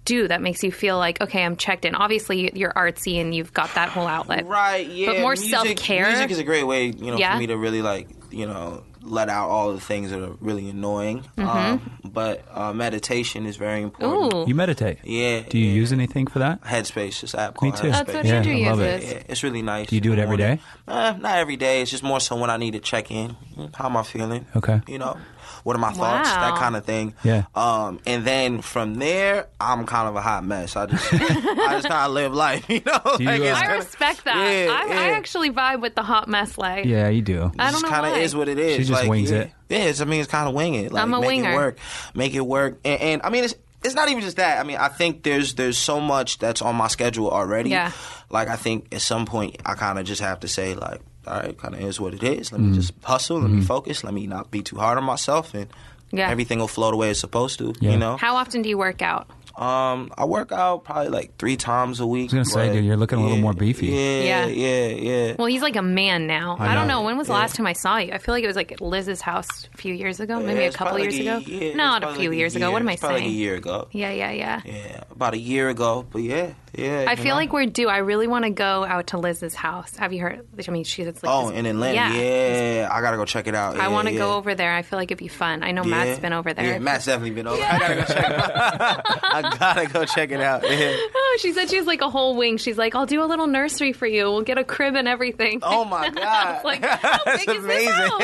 Speaker 5: do that makes you feel like okay i'm checked in obviously you're artsy and you've got that whole outlet
Speaker 4: Right. Yeah.
Speaker 5: more
Speaker 4: music-
Speaker 5: self-care?
Speaker 4: Music is a great way, you know,
Speaker 5: Yeah.
Speaker 4: for me to really like you know let out all the things that are really annoying. Um, but uh, meditation is very important.
Speaker 5: Mm-hmm. Ooh.
Speaker 3: You meditate.
Speaker 4: Yeah.
Speaker 3: Do you
Speaker 4: yeah.
Speaker 3: use anything for that?
Speaker 4: Headspace? This app
Speaker 3: Me
Speaker 4: called
Speaker 3: too.
Speaker 4: Headspace.
Speaker 5: That's what
Speaker 3: Yeah,
Speaker 5: Andrew
Speaker 3: I love it.
Speaker 5: uses.
Speaker 4: Yeah, it's really nice.
Speaker 3: Do you do it every day?
Speaker 4: Uh, not every day. It's just more so when I need to check in. How am I feeling?
Speaker 3: Okay.
Speaker 4: You know, what are my thoughts,
Speaker 5: Wow.
Speaker 4: that kind of thing.
Speaker 3: Yeah.
Speaker 4: Um, and then from there, I'm kind of a hot mess. I just, [laughs] I just kind of live life, [laughs] you know.
Speaker 3: Do you, uh,
Speaker 4: it's
Speaker 5: I
Speaker 4: kinda-
Speaker 5: respect that.
Speaker 4: Yeah,
Speaker 5: I, I
Speaker 4: yeah.
Speaker 5: actually vibe with the hot mess leg.
Speaker 3: Yeah, you do.
Speaker 5: I don't
Speaker 4: It
Speaker 5: know
Speaker 4: just kind
Speaker 5: why.
Speaker 4: of is what it is.
Speaker 3: She just
Speaker 4: Like,
Speaker 3: wings
Speaker 4: yeah.
Speaker 3: it.
Speaker 4: Yeah, it's, I mean, it's kind of wing it. Like,
Speaker 5: I'm a
Speaker 4: make
Speaker 5: winger.
Speaker 4: it work. Make it work. And, and I mean, it's it's not even just that. I mean, I think there's there's so much that's on my schedule already.
Speaker 5: Yeah.
Speaker 4: Like, I think at some point I kind of just have to say like, all right, kind of is what it is.
Speaker 3: Mm-hmm.
Speaker 4: Let me just hustle. Let me focus. Let me not be too hard on myself, and
Speaker 5: Yeah.
Speaker 4: everything will flow the way it's supposed to.
Speaker 3: Yeah.
Speaker 4: You know.
Speaker 5: How often do you work out?
Speaker 4: Um, I work out probably like three times a
Speaker 3: I
Speaker 4: week.
Speaker 3: was gonna say,
Speaker 4: but-
Speaker 3: dude, you're looking a little
Speaker 4: Yeah,
Speaker 3: more beefy.
Speaker 5: Yeah.
Speaker 4: Yeah, yeah, yeah, yeah.
Speaker 5: Well, he's like a man now. I,
Speaker 3: I
Speaker 5: don't
Speaker 3: know.
Speaker 5: know. When was the last time I saw you? I feel like it was like at Liz's house a few years ago, maybe
Speaker 4: Yeah,
Speaker 5: a
Speaker 4: it's
Speaker 5: couple
Speaker 4: probably
Speaker 5: years ago.
Speaker 4: like a year-
Speaker 5: Not
Speaker 4: it's
Speaker 5: a
Speaker 4: probably
Speaker 5: few
Speaker 4: like
Speaker 5: years ago. What
Speaker 4: year-
Speaker 5: am I
Speaker 4: it's probably like a
Speaker 5: saying?
Speaker 4: year ago.
Speaker 5: Yeah, yeah, yeah.
Speaker 4: Yeah, about a year ago. But yeah, yeah.
Speaker 5: I
Speaker 4: you
Speaker 5: feel
Speaker 4: know.
Speaker 5: like we're due. I really want to go out to Liz's house. Have you heard? I mean, she's it's like
Speaker 4: Oh,
Speaker 5: this-
Speaker 4: in Atlanta. Yeah, I gotta go check it out.
Speaker 5: I
Speaker 4: Yeah,
Speaker 5: want to
Speaker 4: yeah.
Speaker 5: go over there. I feel like it'd be fun. I know
Speaker 4: Yeah.
Speaker 5: Matt's been over there.
Speaker 4: Yeah, Matt's definitely been over. I gotta go check it out. I gotta go check it out. Yeah.
Speaker 5: [laughs] Oh, she said she has like a whole wing. She's like, I'll do a little nursery for you. We'll get a crib and everything.
Speaker 4: Oh
Speaker 5: [laughs]
Speaker 4: my god.
Speaker 5: like, how big is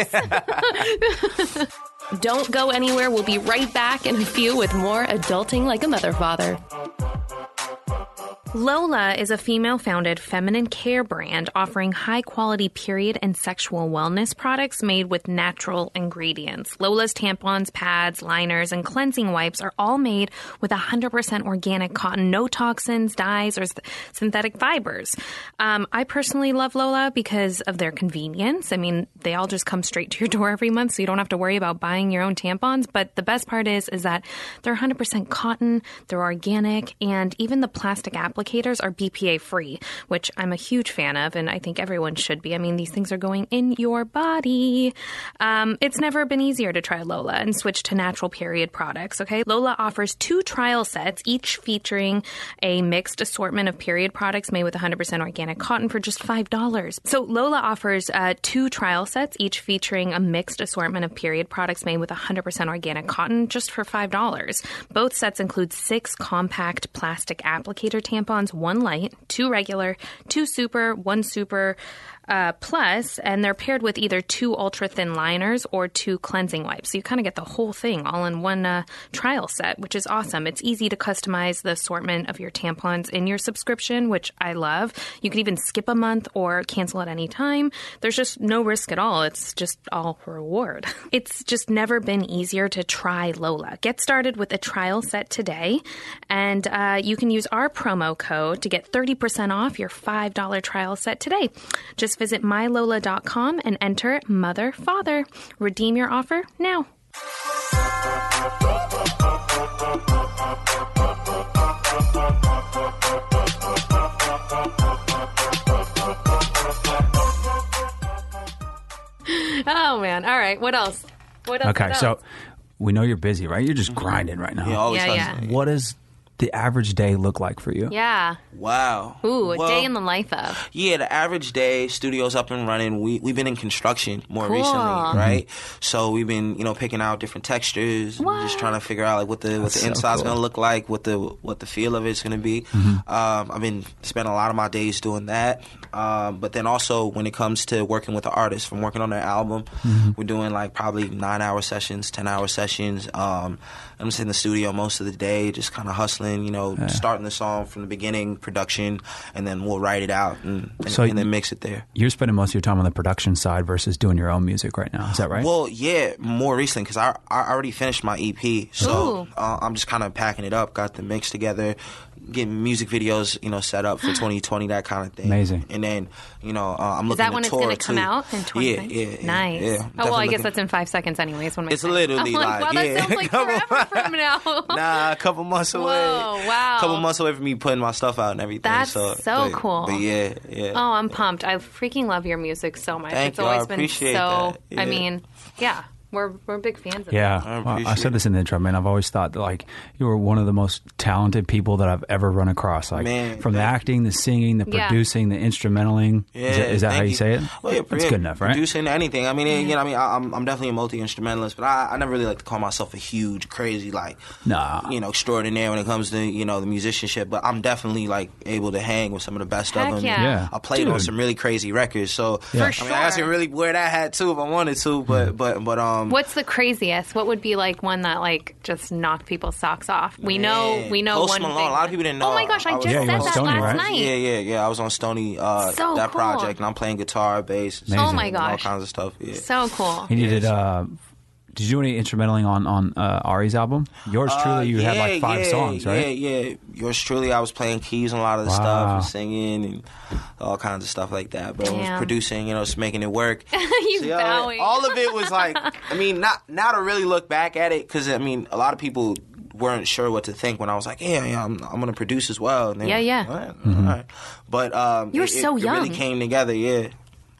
Speaker 5: this house?
Speaker 8: [laughs] Don't go anywhere. We'll be right back in a few with more Adulting Like a Mother Father.
Speaker 5: Lola is a female founded feminine care brand offering high quality period and sexual wellness products made with natural ingredients. Lola's tampons, pads, liners, and cleansing wipes are all made with 100% organic cotton, no toxins, dyes, or s- synthetic fibers. Um, I personally love Lola because of their convenience. I mean, they all just come straight to your door every month, so you don't have to worry about buying your own tampons. But the best part is, is that they're 100% cotton, they're organic, and even the plastic applicators are BPA free, which I'm a huge fan of, and I think everyone should be. I mean, these things are going in your body. Um, it's never been easier to try Lola and switch to natural period products. Okay, Lola offers two trial sets, each featuring a mixed assortment of period products made with 100% organic cotton for just five dollars. So Lola offers uh, two trial sets, each featuring a mixed assortment of period products made with 100% organic cotton, just for five dollars. Both sets include six compact plastic applicator tampons, one light, two regular, two super, one super. Uh, plus, and they're paired with either two ultra thin liners or two cleansing wipes. So you kind of get the whole thing all in one uh, trial set, which is awesome. It's easy to customize the assortment of your tampons in your subscription, which I love. You can even skip a month or cancel at any time. There's just no risk at all. It's just all reward. [laughs] It's just never been easier to try Lola. Get started with a trial set today, and uh, you can use our promo code to get 30% off your $5 trial set today. Just visit mylola.com and enter mother father. Redeem your offer now. Oh man. All right. What else? What else?
Speaker 3: Okay,
Speaker 5: What
Speaker 3: so
Speaker 5: else?
Speaker 3: we know you're busy, right? You're
Speaker 5: Mm-hmm.
Speaker 3: just grinding right now.
Speaker 4: Yeah, always
Speaker 5: Yeah,
Speaker 4: has-
Speaker 5: yeah.
Speaker 3: What does the average day look like for you?
Speaker 5: Yeah.
Speaker 4: Wow.
Speaker 5: Ooh, a
Speaker 4: Well,
Speaker 5: day in the life of.
Speaker 4: Yeah, the average day, studio's up and running. We we've been in construction more
Speaker 5: Cool. Mm-hmm.
Speaker 4: recently, right? So we've been, you know, picking out different textures, and just trying to figure out like what the what
Speaker 3: That's
Speaker 4: the
Speaker 3: so
Speaker 4: inside's
Speaker 3: cool.
Speaker 4: gonna look like, what the what the feel of it's gonna be.
Speaker 3: Mm-hmm.
Speaker 4: Um, I've been spending a lot of my days doing that. Um, but then also when it comes to working with the artist, from working on their album,
Speaker 3: Mm-hmm.
Speaker 4: we're doing like probably nine hour sessions, ten hour sessions. Um, I'm just in the studio most of the day, just kind of hustling, you know, starting the song from the beginning, production, and then we'll write it out and, and,
Speaker 3: So
Speaker 4: and
Speaker 3: you-
Speaker 4: then mix it there.
Speaker 3: You're spending most of your time on the production side versus doing your own music right now. Is that right?
Speaker 4: Well, yeah, more recently because I, I already finished my EP, so uh, I'm just kind of packing it up. Got the mix together, getting music videos, you know, set up for
Speaker 5: [gasps]
Speaker 4: 2020, that kind of thing.
Speaker 3: Amazing.
Speaker 4: And then, you know, uh, I'm looking
Speaker 5: Is that
Speaker 4: to
Speaker 5: when it's
Speaker 4: tour
Speaker 5: going to come
Speaker 4: too.
Speaker 5: out in 2020?
Speaker 4: Yeah, yeah, yeah,
Speaker 5: nice.
Speaker 4: yeah.
Speaker 5: oh, well,
Speaker 4: Definitely
Speaker 5: I guess
Speaker 4: looking-
Speaker 5: that's in five seconds, anyways. What am I
Speaker 4: It's
Speaker 5: saying?
Speaker 4: literally
Speaker 5: [laughs] I'm like,
Speaker 4: like,
Speaker 5: wow, that
Speaker 4: yeah.
Speaker 5: sounds
Speaker 4: [laughs]
Speaker 5: like
Speaker 4: Come on.
Speaker 5: forever from now.
Speaker 4: Nah, a couple months away.
Speaker 5: wow.
Speaker 4: Couple months away from me putting my stuff out and everything.
Speaker 5: That's
Speaker 4: so,
Speaker 5: so
Speaker 4: but-
Speaker 5: cool.
Speaker 4: But yeah, yeah.
Speaker 5: Oh, I'm pumped. I freaking love your music so much.
Speaker 4: Thank
Speaker 5: it's
Speaker 4: you. I
Speaker 5: always been so
Speaker 4: appreciate that.
Speaker 5: I
Speaker 4: Yeah.
Speaker 5: mean, yeah. We're we're big fans of
Speaker 3: yeah.
Speaker 5: that.
Speaker 4: I
Speaker 3: Well, I,
Speaker 4: appreciate
Speaker 3: said this in the intro, man. I've always thought that, like you were one of the most talented people that I've ever run across. Like
Speaker 4: Man,
Speaker 3: from the
Speaker 4: thank you.
Speaker 3: acting, the singing, the
Speaker 5: Yeah.
Speaker 3: producing, the instrumentaling.
Speaker 4: Yeah,
Speaker 3: is that, is that how
Speaker 4: thank
Speaker 3: you, say it?
Speaker 4: Well, yeah,
Speaker 3: That's
Speaker 4: yeah,
Speaker 3: good enough, right? Mm.
Speaker 4: Producing anything. I mean, again, I mean, I, I'm, I'm definitely a multi instrumentalist, but I, I never really like to call myself a huge, crazy, like,
Speaker 3: Nah.
Speaker 4: you know, extraordinaire when it comes to you know the musicianship. But I'm definitely like able to hang with some of the best
Speaker 5: Heck
Speaker 4: of them.
Speaker 5: yeah.
Speaker 3: Yeah.
Speaker 4: I played on
Speaker 3: Dude.
Speaker 4: some really crazy records, so
Speaker 3: Yeah.
Speaker 4: I mean,
Speaker 5: For
Speaker 4: I
Speaker 5: sure.
Speaker 4: can really wear that hat too if I wanted to, but but but um, Um,
Speaker 5: What's the craziest? What would be like one that like just knocked people's socks off? We know,
Speaker 4: Man,
Speaker 5: we know
Speaker 4: Post
Speaker 5: one
Speaker 4: Malone.
Speaker 5: thing.
Speaker 4: A lot of people didn't
Speaker 5: Oh
Speaker 4: know.
Speaker 5: my gosh, I,
Speaker 4: I was-
Speaker 5: just
Speaker 4: Yeah,
Speaker 3: you
Speaker 5: said
Speaker 3: were
Speaker 5: that
Speaker 3: Stoney,
Speaker 5: last
Speaker 3: right?
Speaker 5: night.
Speaker 4: Yeah, yeah, yeah. I was on Stony uh,
Speaker 5: So
Speaker 4: that
Speaker 5: cool.
Speaker 4: project, and I'm playing guitar, bass.
Speaker 3: Amazing.
Speaker 5: Oh my
Speaker 4: and
Speaker 5: gosh.
Speaker 4: all kinds of stuff. Yeah.
Speaker 5: So cool.
Speaker 3: And you did. Uh, did you do any instrumentaling on on uh, Ari's album? Yours truly, you had like five
Speaker 4: Uh, yeah,
Speaker 3: songs, right?
Speaker 4: Yeah, yeah. Yours truly, I was playing keys on a lot of the stuff,
Speaker 3: Wow.
Speaker 4: and singing, and all kinds of stuff like that. But I
Speaker 5: Damn.
Speaker 4: was producing, you know, just making it work.
Speaker 5: [laughs] you
Speaker 4: So, yeah,
Speaker 5: bowing.
Speaker 4: all of it was
Speaker 5: [laughs]
Speaker 4: like, I mean, not now to really look back at it, because I mean, a lot of people weren't sure what to think when I was like, yeah, yeah, I'm, I'm gonna produce as well. And they
Speaker 5: Yeah,
Speaker 4: were like,
Speaker 5: yeah.
Speaker 4: "All right,
Speaker 3: Mm-hmm.
Speaker 4: all right." But um,
Speaker 5: You were
Speaker 4: it, it-
Speaker 5: so
Speaker 4: it
Speaker 5: young.
Speaker 4: really came together, yeah.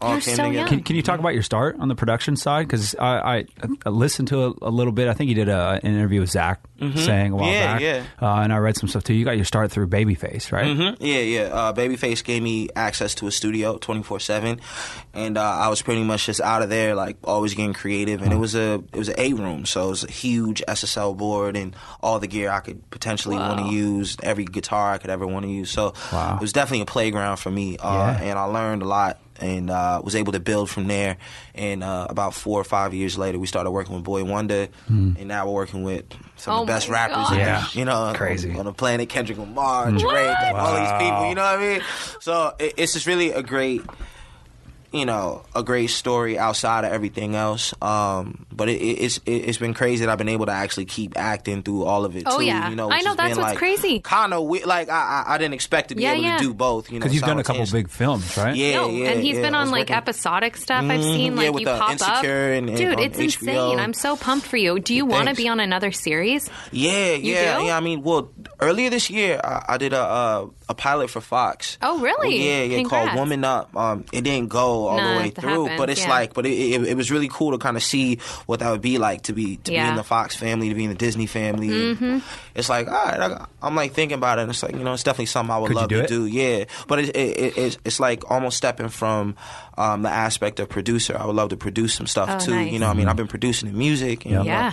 Speaker 4: All
Speaker 5: You were
Speaker 4: came
Speaker 5: so
Speaker 4: together.
Speaker 5: young.
Speaker 3: Can, can you talk about your start on the production side? Because I, I, I listened to a, a little bit. I think you did a, an interview with Zach saying a while
Speaker 4: Mm-hmm. Yeah,
Speaker 3: back,
Speaker 4: yeah. Mm-hmm.
Speaker 3: Uh, and I read some stuff too. You got your start through Babyface, right?
Speaker 4: Yeah, yeah. Uh, Babyface gave me access to a studio 24 seven, and uh, I was pretty much just out of there, like always getting creative. And it was a it was an eight room, so it was a huge SSL board and all the gear I could potentially want to use, every guitar I could ever want to use. So
Speaker 3: Wow.
Speaker 4: it was definitely a playground for me, uh,
Speaker 3: Yeah.
Speaker 4: and I learned a lot. And uh, was able to build from there. And uh, about four or five years later, we started working with Boy Wonder,
Speaker 3: Hmm.
Speaker 4: and now we're working with some
Speaker 5: Oh
Speaker 4: of the best
Speaker 5: my
Speaker 4: rappers. in
Speaker 5: gosh.
Speaker 4: the-
Speaker 3: Yeah.
Speaker 4: you know, on-
Speaker 3: Crazy. Hmm.
Speaker 4: on, the planet, Kendrick Lamar, Drake, like, all these people. You know what I mean? So it, it's just really a great, you know, a great story outside of everything else. Um, but it, it, it's it, it's been crazy that I've been able to actually keep acting through all of it.
Speaker 5: Oh,
Speaker 4: too,
Speaker 5: yeah.
Speaker 4: you know,
Speaker 5: I know, that's what's crazy.
Speaker 4: Kind of like I, I I didn't expect to be
Speaker 5: Yeah,
Speaker 4: able
Speaker 5: yeah.
Speaker 4: to do both. You know,
Speaker 3: Because you've done a couple
Speaker 4: simultaneously.
Speaker 3: big films, right?
Speaker 4: Yeah,
Speaker 5: No,
Speaker 4: yeah,
Speaker 5: and he's
Speaker 4: yeah.
Speaker 5: been
Speaker 4: I
Speaker 5: on
Speaker 4: was
Speaker 5: like
Speaker 4: working-
Speaker 5: episode episodic stuff. I've seen
Speaker 4: Mhm.
Speaker 5: like
Speaker 4: Yeah, with
Speaker 5: you
Speaker 4: the
Speaker 5: pop up,
Speaker 4: Insecure and- and
Speaker 5: dude.
Speaker 4: on
Speaker 5: It's
Speaker 4: HBO.
Speaker 5: insane. I'm so pumped for you. Do you want to
Speaker 4: Thanks.
Speaker 5: be on another series?
Speaker 4: Yeah, yeah,
Speaker 5: do?
Speaker 4: yeah. I mean, well, earlier this year, I, I did a, a a pilot for Fox.
Speaker 5: Oh, really?
Speaker 4: Well, yeah, yeah.
Speaker 5: Congrats.
Speaker 4: Called Woman Up. Um, it didn't go all
Speaker 5: No,
Speaker 4: the way
Speaker 5: that
Speaker 4: through, but
Speaker 5: happens,
Speaker 4: it's
Speaker 5: yeah.
Speaker 4: like, but it, it, it was really cool to kind of see what that would be like to be to
Speaker 5: Yeah. Mm-hmm.
Speaker 4: be in the Fox family, to be in the Disney family. And It's like, all right, I, I'm like thinking about it. and It's like, you know, it's definitely something I would
Speaker 3: Could you
Speaker 4: love
Speaker 3: do
Speaker 4: to
Speaker 3: it?
Speaker 4: do. Yeah, but it, it, it, it's it's like almost stepping from um, the aspect of producer. I would love to produce some stuff
Speaker 5: Oh,
Speaker 4: too.
Speaker 5: nice.
Speaker 4: You know, I mean, I've been producing the music. And,
Speaker 3: Yeah.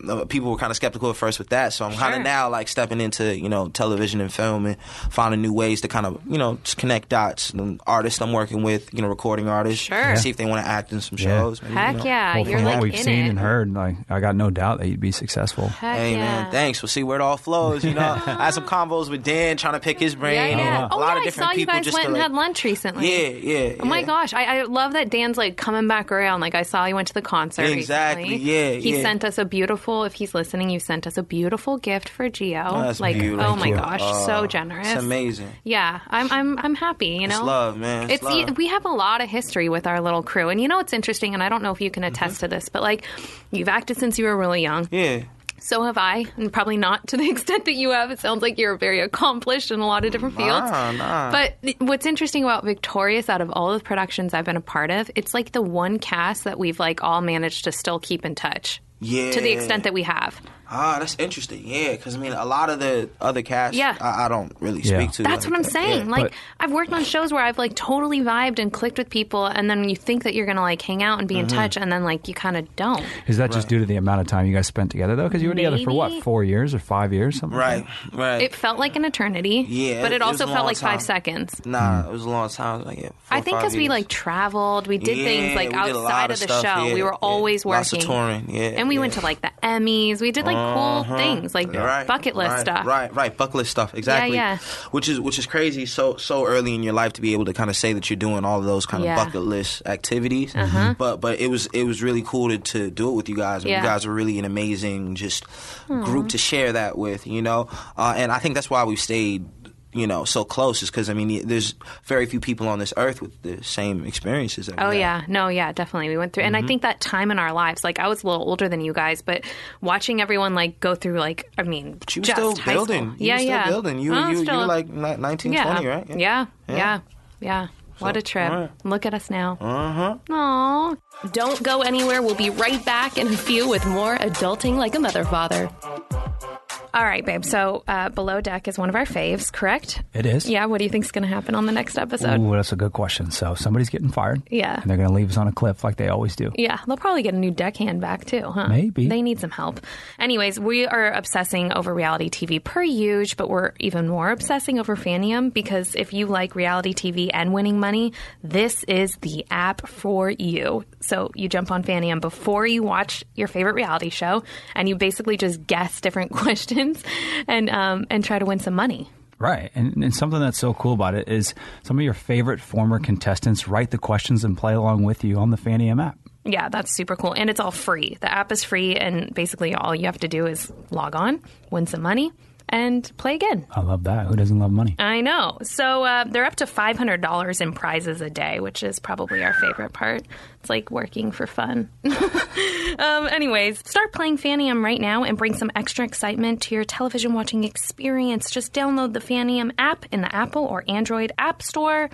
Speaker 4: you know,
Speaker 5: Yeah.
Speaker 4: uh, people were kind of skeptical at first with that. So I'm kind
Speaker 5: Sure.
Speaker 4: of now like stepping into you know television and film and finding new ways to kind of you know just connect dots. And artists I'm working with, you know, recording artists,
Speaker 5: Sure.
Speaker 4: and see if they want to act in some
Speaker 3: Yeah.
Speaker 4: shows. maybe, you
Speaker 5: Heck
Speaker 4: know.
Speaker 5: yeah,
Speaker 3: Well,
Speaker 5: Uh, you're
Speaker 3: from
Speaker 5: like
Speaker 3: what we've
Speaker 5: in
Speaker 3: seen
Speaker 5: it.
Speaker 3: and heard, like I got no doubt that you'd be successful.
Speaker 5: Heck
Speaker 4: Hey
Speaker 5: yeah.
Speaker 4: man, thanks. We'll see where it all flows. You know,
Speaker 5: [laughs]
Speaker 4: I had some combos with Dan trying to pick his brain.
Speaker 5: Yeah, yeah.
Speaker 4: A
Speaker 5: Oh,
Speaker 4: lot
Speaker 5: yeah,
Speaker 4: of
Speaker 5: I
Speaker 4: different
Speaker 5: saw you
Speaker 4: people
Speaker 5: guys
Speaker 4: just to,
Speaker 5: went and
Speaker 4: like-
Speaker 5: had lunch recently.
Speaker 4: Yeah, yeah.
Speaker 5: Oh my
Speaker 4: yeah.
Speaker 5: gosh, I, I love that Dan's like coming back around. Like I saw you went to the concert.
Speaker 4: Exactly,
Speaker 5: recently.
Speaker 4: yeah,
Speaker 5: He
Speaker 4: yeah.
Speaker 5: sent us a beautiful. If he's listening, you sent us a beautiful gift for Geo.
Speaker 4: Oh, that's
Speaker 5: like
Speaker 4: beautiful.
Speaker 5: oh my
Speaker 4: Thank you.
Speaker 5: gosh,
Speaker 4: Uh,
Speaker 5: so generous.
Speaker 4: It's amazing.
Speaker 5: Yeah, I'm I'm I'm happy. You know,
Speaker 4: It's love, man. It's,
Speaker 5: It's
Speaker 4: love.
Speaker 5: we have a lot of history with our little crew, and you know what's interesting, and I don't know if you can
Speaker 4: Mm-hmm.
Speaker 5: attest to this, but like you've acted since you were really young.
Speaker 4: yeah.
Speaker 5: So have I, and probably not to the [laughs] extent that you have. It sounds like you're very accomplished in a lot of different fields.
Speaker 4: Nah, nah.
Speaker 5: But th- what's interesting about Victorious, out of all the productions I've been a part of, it's like the one cast that we've like all managed to still keep in touch.
Speaker 4: Yeah.
Speaker 5: To the extent that we have.
Speaker 4: Ah, that's interesting. Yeah, because I mean, a lot of the other cast,
Speaker 5: Yeah.
Speaker 4: I, I don't really
Speaker 3: Yeah.
Speaker 4: speak to.
Speaker 5: That's
Speaker 4: like
Speaker 5: what I'm
Speaker 4: that.
Speaker 5: saying.
Speaker 4: Yeah.
Speaker 5: Like
Speaker 3: But-
Speaker 5: I've worked on shows where I've like totally vibed and clicked with people and then you think that you're going to like hang out and be in
Speaker 4: Mm-hmm.
Speaker 5: touch and then like you kind of don't.
Speaker 3: Is that just due to the amount of time you guys spent together, though? Because you were together for
Speaker 5: Maybe.
Speaker 3: what, four years or five years, something like
Speaker 4: Right, right.
Speaker 5: It felt like an eternity,
Speaker 4: Yeah,
Speaker 5: but
Speaker 4: it-
Speaker 5: it
Speaker 4: it was
Speaker 5: also
Speaker 4: a
Speaker 5: felt
Speaker 4: long
Speaker 5: like 5
Speaker 4: time.
Speaker 5: seconds.
Speaker 4: Nah, it was a long time. It was Like yeah, four
Speaker 5: I
Speaker 4: or
Speaker 5: think
Speaker 4: five
Speaker 5: because we
Speaker 4: years.
Speaker 5: like traveled, we did
Speaker 4: Yeah,
Speaker 5: things like
Speaker 4: we did a lot
Speaker 5: outside of, the
Speaker 4: stuff,
Speaker 5: show.
Speaker 4: yeah,
Speaker 5: we were
Speaker 4: yeah.
Speaker 5: always working,
Speaker 4: Lots of touring, yeah,
Speaker 5: and we went
Speaker 4: yeah. Uh-huh.
Speaker 5: to like the Emmys. We did like cool things, like
Speaker 4: Right,
Speaker 5: bucket list
Speaker 4: right,
Speaker 5: stuff.
Speaker 4: Right, right, bucket list stuff. Exactly.
Speaker 5: yeah.
Speaker 4: Which is which is crazy. So so early in your life to be able to kind of say that you're doing all of those kind
Speaker 5: Yeah. Uh-huh.
Speaker 4: of bucket list activities. But but it was it was really cool to, to do it with you guys. And
Speaker 5: Yeah.
Speaker 4: You guys were really an amazing just group to share that with. You know, uh, and I think that's why we've stayed. You know, so close is because I mean, there's very few people on this earth with the same experiences. That we
Speaker 5: Oh
Speaker 4: had.
Speaker 5: yeah, no, yeah, definitely. We went through,
Speaker 4: Mm-hmm.
Speaker 5: and I think that time in our lives, like I was a little older than you guys, but watching everyone like go through, like I mean,
Speaker 4: But you were
Speaker 5: just
Speaker 4: still
Speaker 5: high
Speaker 4: building.
Speaker 5: school.
Speaker 4: You
Speaker 5: yeah,
Speaker 4: were still
Speaker 5: yeah,
Speaker 4: building. You,
Speaker 5: Oh,
Speaker 4: you, you
Speaker 5: still-
Speaker 4: were like ni- 19,
Speaker 5: yeah.
Speaker 4: 20, right?
Speaker 5: Yeah, yeah, yeah. What
Speaker 4: So,
Speaker 5: a trip!
Speaker 4: alright.
Speaker 5: Look at us now.
Speaker 9: Aww. Don't go anywhere. We'll be right back in a few with more Adulting Like a Mother Father.
Speaker 3: that.
Speaker 5: All right, babe. So uh, Below Deck is one of our faves, correct?
Speaker 3: It is.
Speaker 5: Yeah. What do you think's going to happen on the next episode?
Speaker 3: Ooh, that's a good question. So somebody's getting fired.
Speaker 5: Yeah.
Speaker 3: And they're going to leave us on a cliff like they always do.
Speaker 5: Yeah, they'll probably get a new deckhand back too, huh?
Speaker 3: Maybe.
Speaker 5: They need some help. Anyways, we are obsessing over reality TV per usual, but we're even more obsessing over Fanium because if you like reality TV and winning money, this is the app for you. So you jump on Fanium before you watch your favorite reality show and you basically just guess different [laughs] questions and um, and try to win some money.
Speaker 3: Right. And, and something that's so cool about it is some of your favorite former contestants write the questions and play along with you on the Fanium app.
Speaker 5: Yeah, that's super cool. And it's all free. The app is free, and basically all you have to do is log on, win some money, and play again.
Speaker 3: I love that. Who doesn't love money?
Speaker 5: I know. So uh, they're up to $500 in prizes a day, which is probably our favorite part. It's like working for fun. um, anyways, start playing Fanium right now and bring some extra excitement to your television watching experience. Just download the Fanium app in the Apple or Android App Store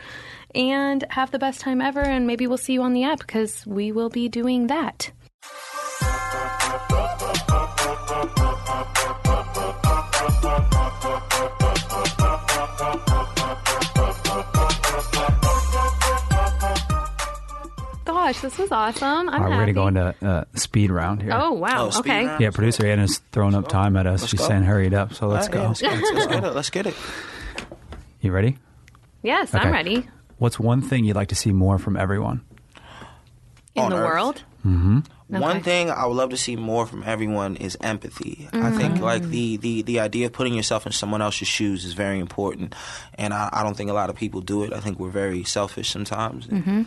Speaker 5: and have the best time ever. And maybe we'll see you on the app because we will be doing that. Gosh, this was awesome. I'm
Speaker 3: All right, we're
Speaker 5: happy.
Speaker 3: going to go into uh, speed round here.
Speaker 5: Oh wow!
Speaker 4: Oh, speed
Speaker 5: okay.
Speaker 4: round.
Speaker 3: Yeah, producer Anna's throwing up time at us. She's
Speaker 4: go.
Speaker 3: saying, hurry it up. So let's
Speaker 4: All right,
Speaker 3: go.
Speaker 4: yeah, let's, get it, let's get it. Let's get it.
Speaker 5: [laughs]
Speaker 3: You ready?
Speaker 5: Yes, I'm
Speaker 3: Okay.
Speaker 5: ready. In
Speaker 3: What's one thing you'd like to see more from everyone?
Speaker 4: On
Speaker 5: the
Speaker 4: Earth.
Speaker 5: world.
Speaker 4: One thing I would love to see more from everyone is empathy. I
Speaker 5: Mm-hmm.
Speaker 4: think like the, the, the idea of putting yourself in someone else's shoes is very important, and I, I don't think a lot of people do it. I think we're very selfish sometimes.
Speaker 5: Mm-hmm.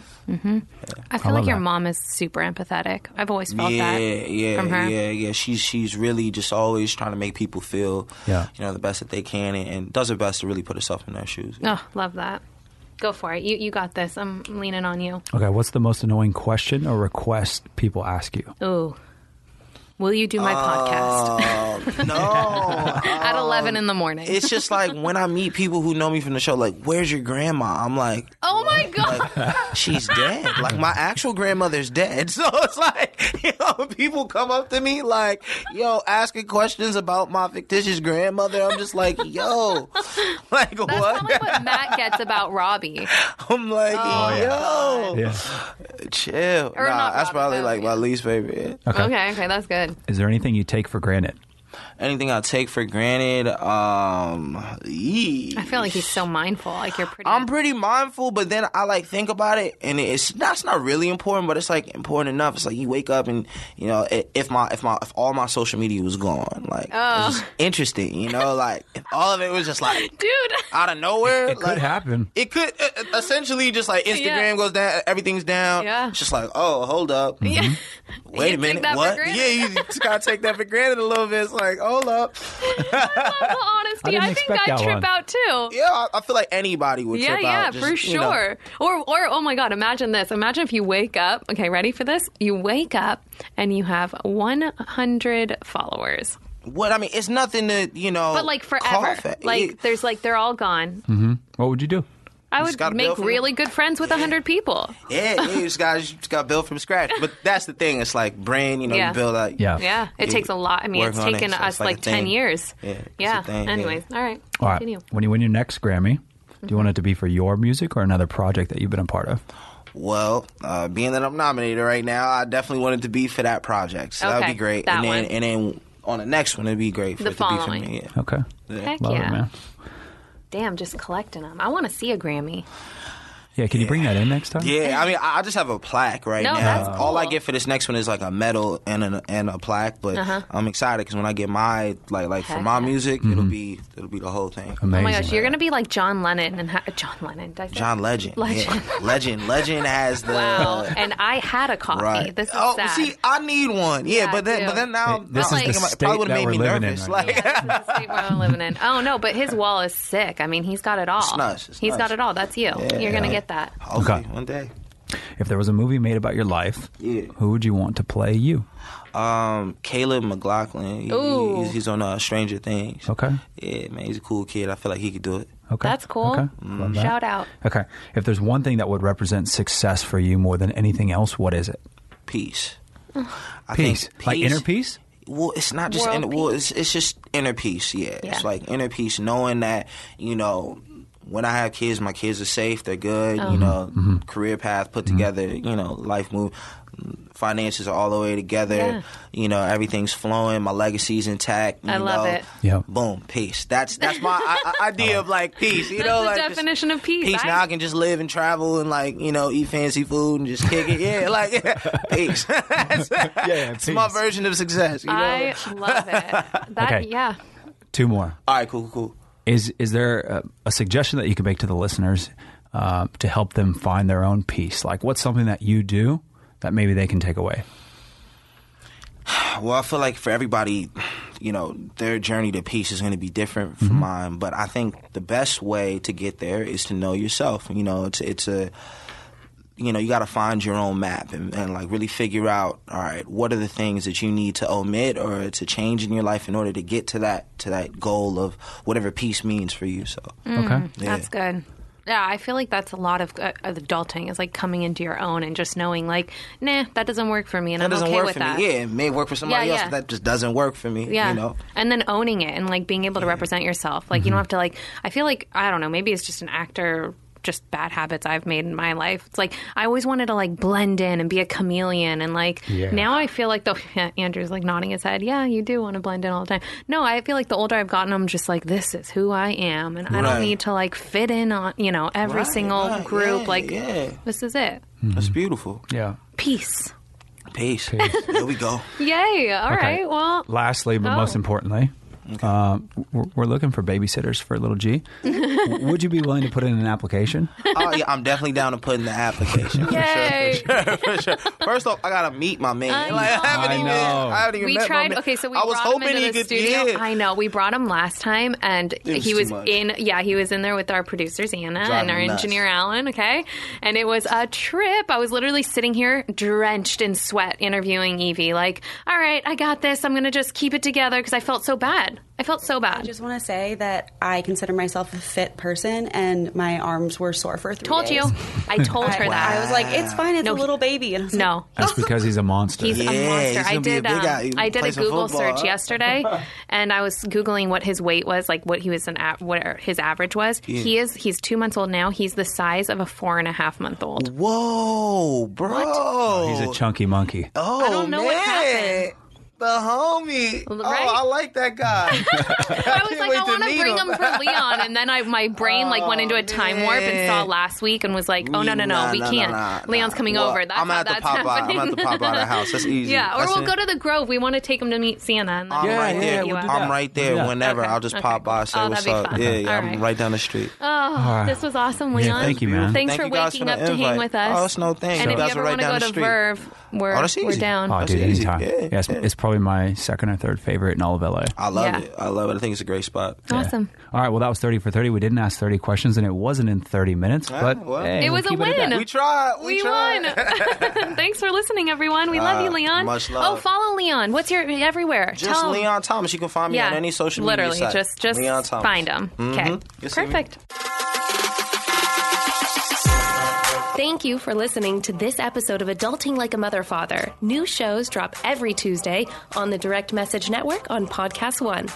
Speaker 5: I feel
Speaker 3: love
Speaker 5: like your
Speaker 3: that.
Speaker 5: mom is super empathetic. I've always felt
Speaker 4: yeah,
Speaker 5: that.
Speaker 4: yeah,
Speaker 5: from her.
Speaker 4: yeah, yeah. She's she's really just always trying to make people feel
Speaker 3: Yeah.
Speaker 4: you know the best that they can, and, and does her best to really put herself in their shoes.
Speaker 5: Oh, love that. Go for it. You you got this. I'm leaning on you.
Speaker 3: Okay, what's the most annoying question or request people ask you?
Speaker 5: Ooh. Will you do my
Speaker 4: Uh,
Speaker 5: podcast [laughs]
Speaker 4: no,
Speaker 5: at 11 in the morning?
Speaker 4: [laughs] it's just like when I meet people who know me from the show, like, "Where's your grandma?" I'm like,
Speaker 5: oh my
Speaker 4: [laughs]
Speaker 5: god.
Speaker 4: she's dead. Like my actual grandmother's dead. [laughs] So it's like, you know, people come up to me like, yo, asking questions about my fictitious grandmother. I'm just like, yo, [laughs] like
Speaker 5: That's probably
Speaker 4: what?
Speaker 5: what Matt gets about Robbie.
Speaker 4: I'm like, yo,
Speaker 3: Oh, Yeah.
Speaker 4: chill.
Speaker 5: Oh, Or
Speaker 4: nah,
Speaker 5: not
Speaker 4: that's
Speaker 5: Robin,
Speaker 4: probably
Speaker 5: but-
Speaker 4: like my least favorite.
Speaker 3: Okay.
Speaker 5: Okay, okay, that's good.
Speaker 3: Is there anything you take for granted?
Speaker 4: Anything I take for granted, um, yee.
Speaker 5: I feel like he's so mindful. Like you're pretty.
Speaker 4: I'm pretty mindful, but then I like think about it, and it's that's not really important, but it's like important enough. It's like you wake up and you know i- if my if my if all my social media was gone, like
Speaker 5: Oh.
Speaker 4: it's just interesting, you know, like if all of it was just like
Speaker 5: Dude. [laughs]
Speaker 4: out of nowhere,
Speaker 3: It could
Speaker 4: like,
Speaker 3: happen.
Speaker 4: It could uh, essentially just like Instagram
Speaker 5: Yeah.
Speaker 4: goes down, everything's down.
Speaker 5: Yeah.
Speaker 4: it's just like oh, hold up,
Speaker 3: Mm-hmm.
Speaker 5: Yeah.
Speaker 4: wait a
Speaker 5: take
Speaker 4: minute,
Speaker 5: that for
Speaker 4: what?
Speaker 5: granted.
Speaker 4: Yeah, you just gotta take that for granted a little bit. It's like hold up,
Speaker 5: Well, honesty,
Speaker 3: didn't
Speaker 5: I, think
Speaker 3: expect
Speaker 5: I
Speaker 3: that
Speaker 5: trip
Speaker 3: one.
Speaker 5: out too.
Speaker 4: yeah, I, I feel like anybody would
Speaker 5: Yeah,
Speaker 4: trip
Speaker 5: yeah,
Speaker 4: out, just,
Speaker 5: for
Speaker 4: you know.
Speaker 5: sure. Or, or oh my god, imagine this. Imagine if you wake up. Okay, ready for this? You wake up and you have 100 followers,
Speaker 4: What I mean, it's nothing to you know,
Speaker 5: but like forever.
Speaker 4: cough at.
Speaker 5: Like
Speaker 4: Yeah.
Speaker 5: there's like they're all gone.
Speaker 3: What would you do?
Speaker 5: I
Speaker 4: just
Speaker 5: would
Speaker 4: Hmm. gotta
Speaker 5: make
Speaker 4: build from
Speaker 5: really good friends with 100 people.
Speaker 4: Yeah, yeah, you
Speaker 5: [laughs]
Speaker 4: just got you just got built from scratch. But that's the thing. It's like brand. You know,
Speaker 5: Yeah.
Speaker 4: you build like
Speaker 3: Yeah.
Speaker 5: Yeah, it
Speaker 4: Yeah,
Speaker 5: takes a lot. I mean,
Speaker 4: work
Speaker 5: it's
Speaker 4: on it,
Speaker 5: taken
Speaker 4: so
Speaker 5: us
Speaker 4: it's like
Speaker 5: like,
Speaker 4: a
Speaker 5: 10
Speaker 4: thing.
Speaker 5: years.
Speaker 4: Yeah, it's a
Speaker 5: yeah.
Speaker 4: thing, yeah.
Speaker 5: Anyways, all right.
Speaker 3: All right.
Speaker 5: Continue. Mm-hmm.
Speaker 3: When you win your next Grammy, do you want it to be for your music or another project that you've been a part of?
Speaker 4: Well, uh, being that I'm nominated right now, I definitely want it to be for that project. So that'd
Speaker 5: Okay,
Speaker 4: be great.
Speaker 5: that
Speaker 4: and then
Speaker 5: one.
Speaker 4: and then on the next one, it'd be great for
Speaker 5: The
Speaker 4: it to
Speaker 5: following.
Speaker 4: be for me. Yeah.
Speaker 3: Okay.
Speaker 5: Heck
Speaker 3: Love
Speaker 5: yeah.
Speaker 3: it, man.
Speaker 5: Damn, just collecting them. I want to see a Grammy. Oh
Speaker 3: Yeah, can you bring that in next time?
Speaker 4: Yeah, I mean, I I just have a plaque right
Speaker 5: No,
Speaker 4: now.
Speaker 5: that's
Speaker 4: All I
Speaker 5: cool.
Speaker 4: get for this next one is like a medal and a, and a plaque, but I'm excited because when I get my like like for
Speaker 5: Uh-huh. Heck
Speaker 4: my
Speaker 5: yeah.
Speaker 4: music, it'll be it'll be the whole thing.
Speaker 5: Oh
Speaker 3: Mm-hmm. Amazing.
Speaker 5: my gosh, you're going to be like John Lennon and ha- John Lennon. Did I say-
Speaker 4: John Legend, yeah.
Speaker 5: Legend.
Speaker 4: [laughs] Legend, Legend has the
Speaker 5: Wow. [laughs] and I had a coffee. This is
Speaker 4: oh,
Speaker 5: sad.
Speaker 4: see, I need one. Yeah,
Speaker 5: Yeah,
Speaker 4: but then,
Speaker 5: I
Speaker 4: but
Speaker 5: do.
Speaker 4: then now,
Speaker 3: Hey, this
Speaker 4: now
Speaker 5: is
Speaker 4: I'm
Speaker 5: the
Speaker 4: thinking about- it
Speaker 3: state
Speaker 4: probably would
Speaker 3: that
Speaker 4: have made
Speaker 3: we're
Speaker 4: me
Speaker 3: living in
Speaker 4: nervous.
Speaker 3: right
Speaker 4: like, [laughs]
Speaker 5: Yeah, [laughs] this is the state where I'm living in. Oh no, but his wall is sick. I mean, he's got it all. He's
Speaker 4: nice, it's nice.
Speaker 5: got it all. That's you. You're gonna
Speaker 4: yeah.
Speaker 5: get that.
Speaker 4: hopefully
Speaker 3: Okay.
Speaker 4: one day.
Speaker 3: If there was a movie made about your life,
Speaker 4: Yeah.
Speaker 3: who would you want to play you?
Speaker 4: Um, Caleb McLaughlin, he-
Speaker 5: Ooh.
Speaker 4: he's, he's on uh, Stranger Things.
Speaker 3: Okay.
Speaker 4: Yeah, man, he's a cool kid. I feel like he could do it.
Speaker 3: Okay.
Speaker 5: That's cool.
Speaker 3: Okay.
Speaker 4: Mm.
Speaker 3: Love that.
Speaker 5: Shout out.
Speaker 3: Okay. If there's one thing that would represent success for you more than anything else, what is it?
Speaker 4: Peace. I
Speaker 3: Peace.
Speaker 4: think
Speaker 3: Like inner peace?
Speaker 4: well, it's not just
Speaker 5: World
Speaker 4: inner, well, it's it's just inner peace. Yeah,
Speaker 5: Yeah.
Speaker 4: it's like inner peace, knowing that you know when I have kids, my kids are safe, they're good.
Speaker 5: Oh.
Speaker 4: You know, career path put together. You know, life move. Finances are all the way together.
Speaker 5: Yeah.
Speaker 4: You know, everything's flowing. My legacy's intact. You
Speaker 5: I love
Speaker 4: know.
Speaker 5: it.
Speaker 3: Yep.
Speaker 4: Boom, peace. That's that's my
Speaker 5: [laughs]
Speaker 4: I, I- idea of like peace. You
Speaker 5: That's
Speaker 4: know,
Speaker 5: the
Speaker 4: like just-
Speaker 5: definition of peace.
Speaker 4: Peace.
Speaker 5: I-
Speaker 4: now I can just live and travel and like you know eat fancy food and just kick it. Yeah, like [laughs] peace. [laughs]
Speaker 3: yeah,
Speaker 4: It's my version of success. You know?
Speaker 5: I
Speaker 4: [laughs]
Speaker 5: love it. That
Speaker 3: Okay.
Speaker 5: yeah.
Speaker 3: Two more.
Speaker 4: All right, cool, cool.
Speaker 3: Is is there a, a suggestion that you can make to the listeners uh, to help them find their own peace? Like, what's something that you do that maybe they can take away?
Speaker 4: Well, I feel like for everybody, you know, their journey to peace is going to be different from mine. But I think the best way to get there is to know yourself. You know, it's it's a you know, you got to find your own map and, and like really figure out, all right, what are the things that you need to omit or to change in your life in order to get to that to that goal of whatever peace means for you. So,
Speaker 5: Mm,
Speaker 3: Okay.
Speaker 4: yeah.
Speaker 5: That's good. Yeah, I feel like that's a lot of uh, of adulting is like coming into your own and just knowing like, nah, that doesn't work for me, and
Speaker 4: That
Speaker 5: I'm
Speaker 4: doesn't
Speaker 5: okay
Speaker 4: work
Speaker 5: with
Speaker 4: for
Speaker 5: that.
Speaker 4: me. Yeah, it may work for somebody
Speaker 5: Yeah,
Speaker 4: else,
Speaker 5: yeah.
Speaker 4: but that just doesn't work for me.
Speaker 5: Yeah.
Speaker 4: You know, Mm-hmm.
Speaker 5: And then owning it and like being able to represent yourself. Like you don't have to like I feel like I don't know, maybe it's just an actor just bad habits I've made in my life. It's like I always wanted to like blend in and be a chameleon and like
Speaker 3: Yeah.
Speaker 5: now I feel like the [laughs] Andrew's like nodding his head. Yeah, you do want to blend in all the time. No, I feel like the older I've gotten I'm just like this is who I am and I
Speaker 4: Right.
Speaker 5: don't need to like fit in on, you know, every
Speaker 4: Right,
Speaker 5: single
Speaker 4: right,
Speaker 5: group
Speaker 4: yeah,
Speaker 5: like
Speaker 4: yeah.
Speaker 5: this is it.
Speaker 4: that's beautiful.
Speaker 3: Yeah.
Speaker 5: Peace.
Speaker 4: Peace. Here we go.
Speaker 5: Yay. All right.
Speaker 3: Okay.
Speaker 5: Well,
Speaker 3: Lastly, but most
Speaker 5: Oh.
Speaker 3: importantly, uh, we're, we're looking for babysitters for little
Speaker 4: [laughs]
Speaker 3: G. W- Would you be willing to put in an application?
Speaker 4: Oh yeah, I'm definitely down to put in the application. For
Speaker 5: Yay.
Speaker 4: Sure, for, sure, for sure. First off, I gotta meet my man.
Speaker 5: I
Speaker 4: Like, I haven't
Speaker 3: know.
Speaker 4: even.
Speaker 3: I know.
Speaker 4: I haven't even
Speaker 5: we
Speaker 4: met my
Speaker 5: tried.
Speaker 4: man.
Speaker 5: Okay, so we
Speaker 4: I was
Speaker 5: brought
Speaker 4: hoping
Speaker 5: him into
Speaker 4: he
Speaker 5: the
Speaker 4: could.
Speaker 5: studio.
Speaker 4: Yeah.
Speaker 5: I know we brought him last time, and
Speaker 4: was
Speaker 5: he
Speaker 4: too
Speaker 5: was
Speaker 4: much.
Speaker 5: in. Yeah, he was in there with our producers Anna
Speaker 4: Driving
Speaker 5: and our
Speaker 4: me nuts.
Speaker 5: engineer Alan. Okay, and it was a trip. I was literally sitting here drenched in sweat interviewing Evie. Like, all right, I got this. I'm gonna just keep it together because I felt so bad. I felt so bad.
Speaker 6: I just want to say that I consider myself a fit person, and my arms were sore for three
Speaker 5: told you.
Speaker 6: days.
Speaker 5: I told her that.
Speaker 6: [laughs] I was like, it's fine. It's
Speaker 5: No,
Speaker 6: a little baby. And I was like,
Speaker 5: no.
Speaker 3: That's because he's a monster.
Speaker 5: He's
Speaker 4: Yeah,
Speaker 5: a monster.
Speaker 4: he's
Speaker 5: I
Speaker 4: gonna be a
Speaker 5: did.
Speaker 4: big
Speaker 5: um,
Speaker 4: guy. He
Speaker 5: I did a
Speaker 4: plays some
Speaker 5: Google
Speaker 4: football,
Speaker 5: search
Speaker 4: huh?
Speaker 5: yesterday,
Speaker 4: [laughs]
Speaker 5: and I was googling what his weight was, like what he was an a what his average was. He is. He's two months old now. He's the size of a four and a half month old.
Speaker 4: Whoa, bro.
Speaker 3: Oh, he's a chunky monkey.
Speaker 4: oh,
Speaker 5: I don't know
Speaker 4: man.
Speaker 5: what happened.
Speaker 4: The homie.
Speaker 5: L-
Speaker 4: Oh,
Speaker 5: right?
Speaker 4: I like that guy.
Speaker 5: I was
Speaker 4: can't
Speaker 5: like,
Speaker 4: wait to
Speaker 5: I want to
Speaker 4: meet
Speaker 5: bring him.
Speaker 4: him. [laughs]
Speaker 5: for Leon, and then I my brain like went into a time warp and
Speaker 4: Oh, man.
Speaker 5: saw last week and was like, [laughs] oh no no no,
Speaker 4: Nah,
Speaker 5: we
Speaker 4: nah,
Speaker 5: can't.
Speaker 4: nah, nah,
Speaker 5: Leon's
Speaker 4: nah.
Speaker 5: coming
Speaker 4: Well,
Speaker 5: over. That's
Speaker 4: I'm
Speaker 5: how
Speaker 4: at the
Speaker 5: that's
Speaker 4: pop out.
Speaker 5: happening.
Speaker 4: I'm at the pop
Speaker 5: [laughs]
Speaker 4: out of the house. That's easy.
Speaker 5: yeah, or
Speaker 4: That's
Speaker 5: we'll
Speaker 4: it.
Speaker 5: go to the Grove. We want to take him to meet Sienna. And
Speaker 4: I'm
Speaker 5: that's
Speaker 4: right
Speaker 3: yeah,
Speaker 4: there.
Speaker 3: we'll do
Speaker 4: I'm
Speaker 3: that.
Speaker 4: right there.
Speaker 3: Yeah.
Speaker 4: Whenever,
Speaker 5: Okay.
Speaker 4: I'll just
Speaker 5: Okay,
Speaker 4: pop by,
Speaker 5: cool.
Speaker 4: say
Speaker 5: Oh,
Speaker 4: what's
Speaker 5: that'd be
Speaker 4: up.
Speaker 5: fun.
Speaker 4: Yeah, yeah,
Speaker 5: All
Speaker 4: I'm
Speaker 5: right.
Speaker 4: right down the street.
Speaker 5: Oh, this was awesome, Leon.
Speaker 3: thank you, man.
Speaker 5: Thanks
Speaker 4: Thank
Speaker 5: for
Speaker 4: you guys
Speaker 5: waking
Speaker 4: for
Speaker 5: up
Speaker 4: the
Speaker 5: to hang
Speaker 4: invite.
Speaker 5: with us.
Speaker 4: Oh, it's no thing.
Speaker 5: And
Speaker 4: You
Speaker 5: if
Speaker 4: guys
Speaker 5: you ever
Speaker 4: are right
Speaker 5: want to
Speaker 4: down
Speaker 5: go
Speaker 4: the
Speaker 5: to
Speaker 4: street.
Speaker 5: Verve, we're,
Speaker 4: Oh, that's
Speaker 5: we're
Speaker 4: easy.
Speaker 5: down.
Speaker 3: Oh,
Speaker 4: That's
Speaker 3: dude,
Speaker 4: easy.
Speaker 3: anytime.
Speaker 4: Yeah,
Speaker 3: Yes,
Speaker 4: yeah.
Speaker 3: it's probably my second or third favorite in all of LA.
Speaker 4: I love
Speaker 5: Yeah.
Speaker 4: it. I love it. I think it's a great
Speaker 5: [laughs]
Speaker 4: spot.
Speaker 5: Awesome.
Speaker 3: All right, well, that was 30 for 30. We didn't ask 30 questions, and it wasn't in 30 minutes, but
Speaker 4: well.
Speaker 3: hey,
Speaker 5: It
Speaker 3: we'll
Speaker 5: was a
Speaker 3: keep at
Speaker 5: win.
Speaker 3: that.
Speaker 4: We tried. We,
Speaker 5: We
Speaker 4: tried.
Speaker 5: won. Thanks for listening, everyone. We love you, Leon.
Speaker 4: Uh, much
Speaker 5: Oh,
Speaker 4: love.
Speaker 5: follow Leon. What's your everywhere?
Speaker 4: Just
Speaker 5: Tell him.
Speaker 4: Leon Thomas. You can find me
Speaker 5: Yeah,
Speaker 4: on any social
Speaker 5: literally,
Speaker 4: media site.
Speaker 5: just just
Speaker 4: Leon Thomas. Mm-hmm.
Speaker 5: find him. Okay,
Speaker 4: You'll see me.
Speaker 5: perfect.
Speaker 10: Thank you for listening to this episode of Adulting Like a Mother Father. New shows drop every Tuesday on the Direct Message Network on Podcast One.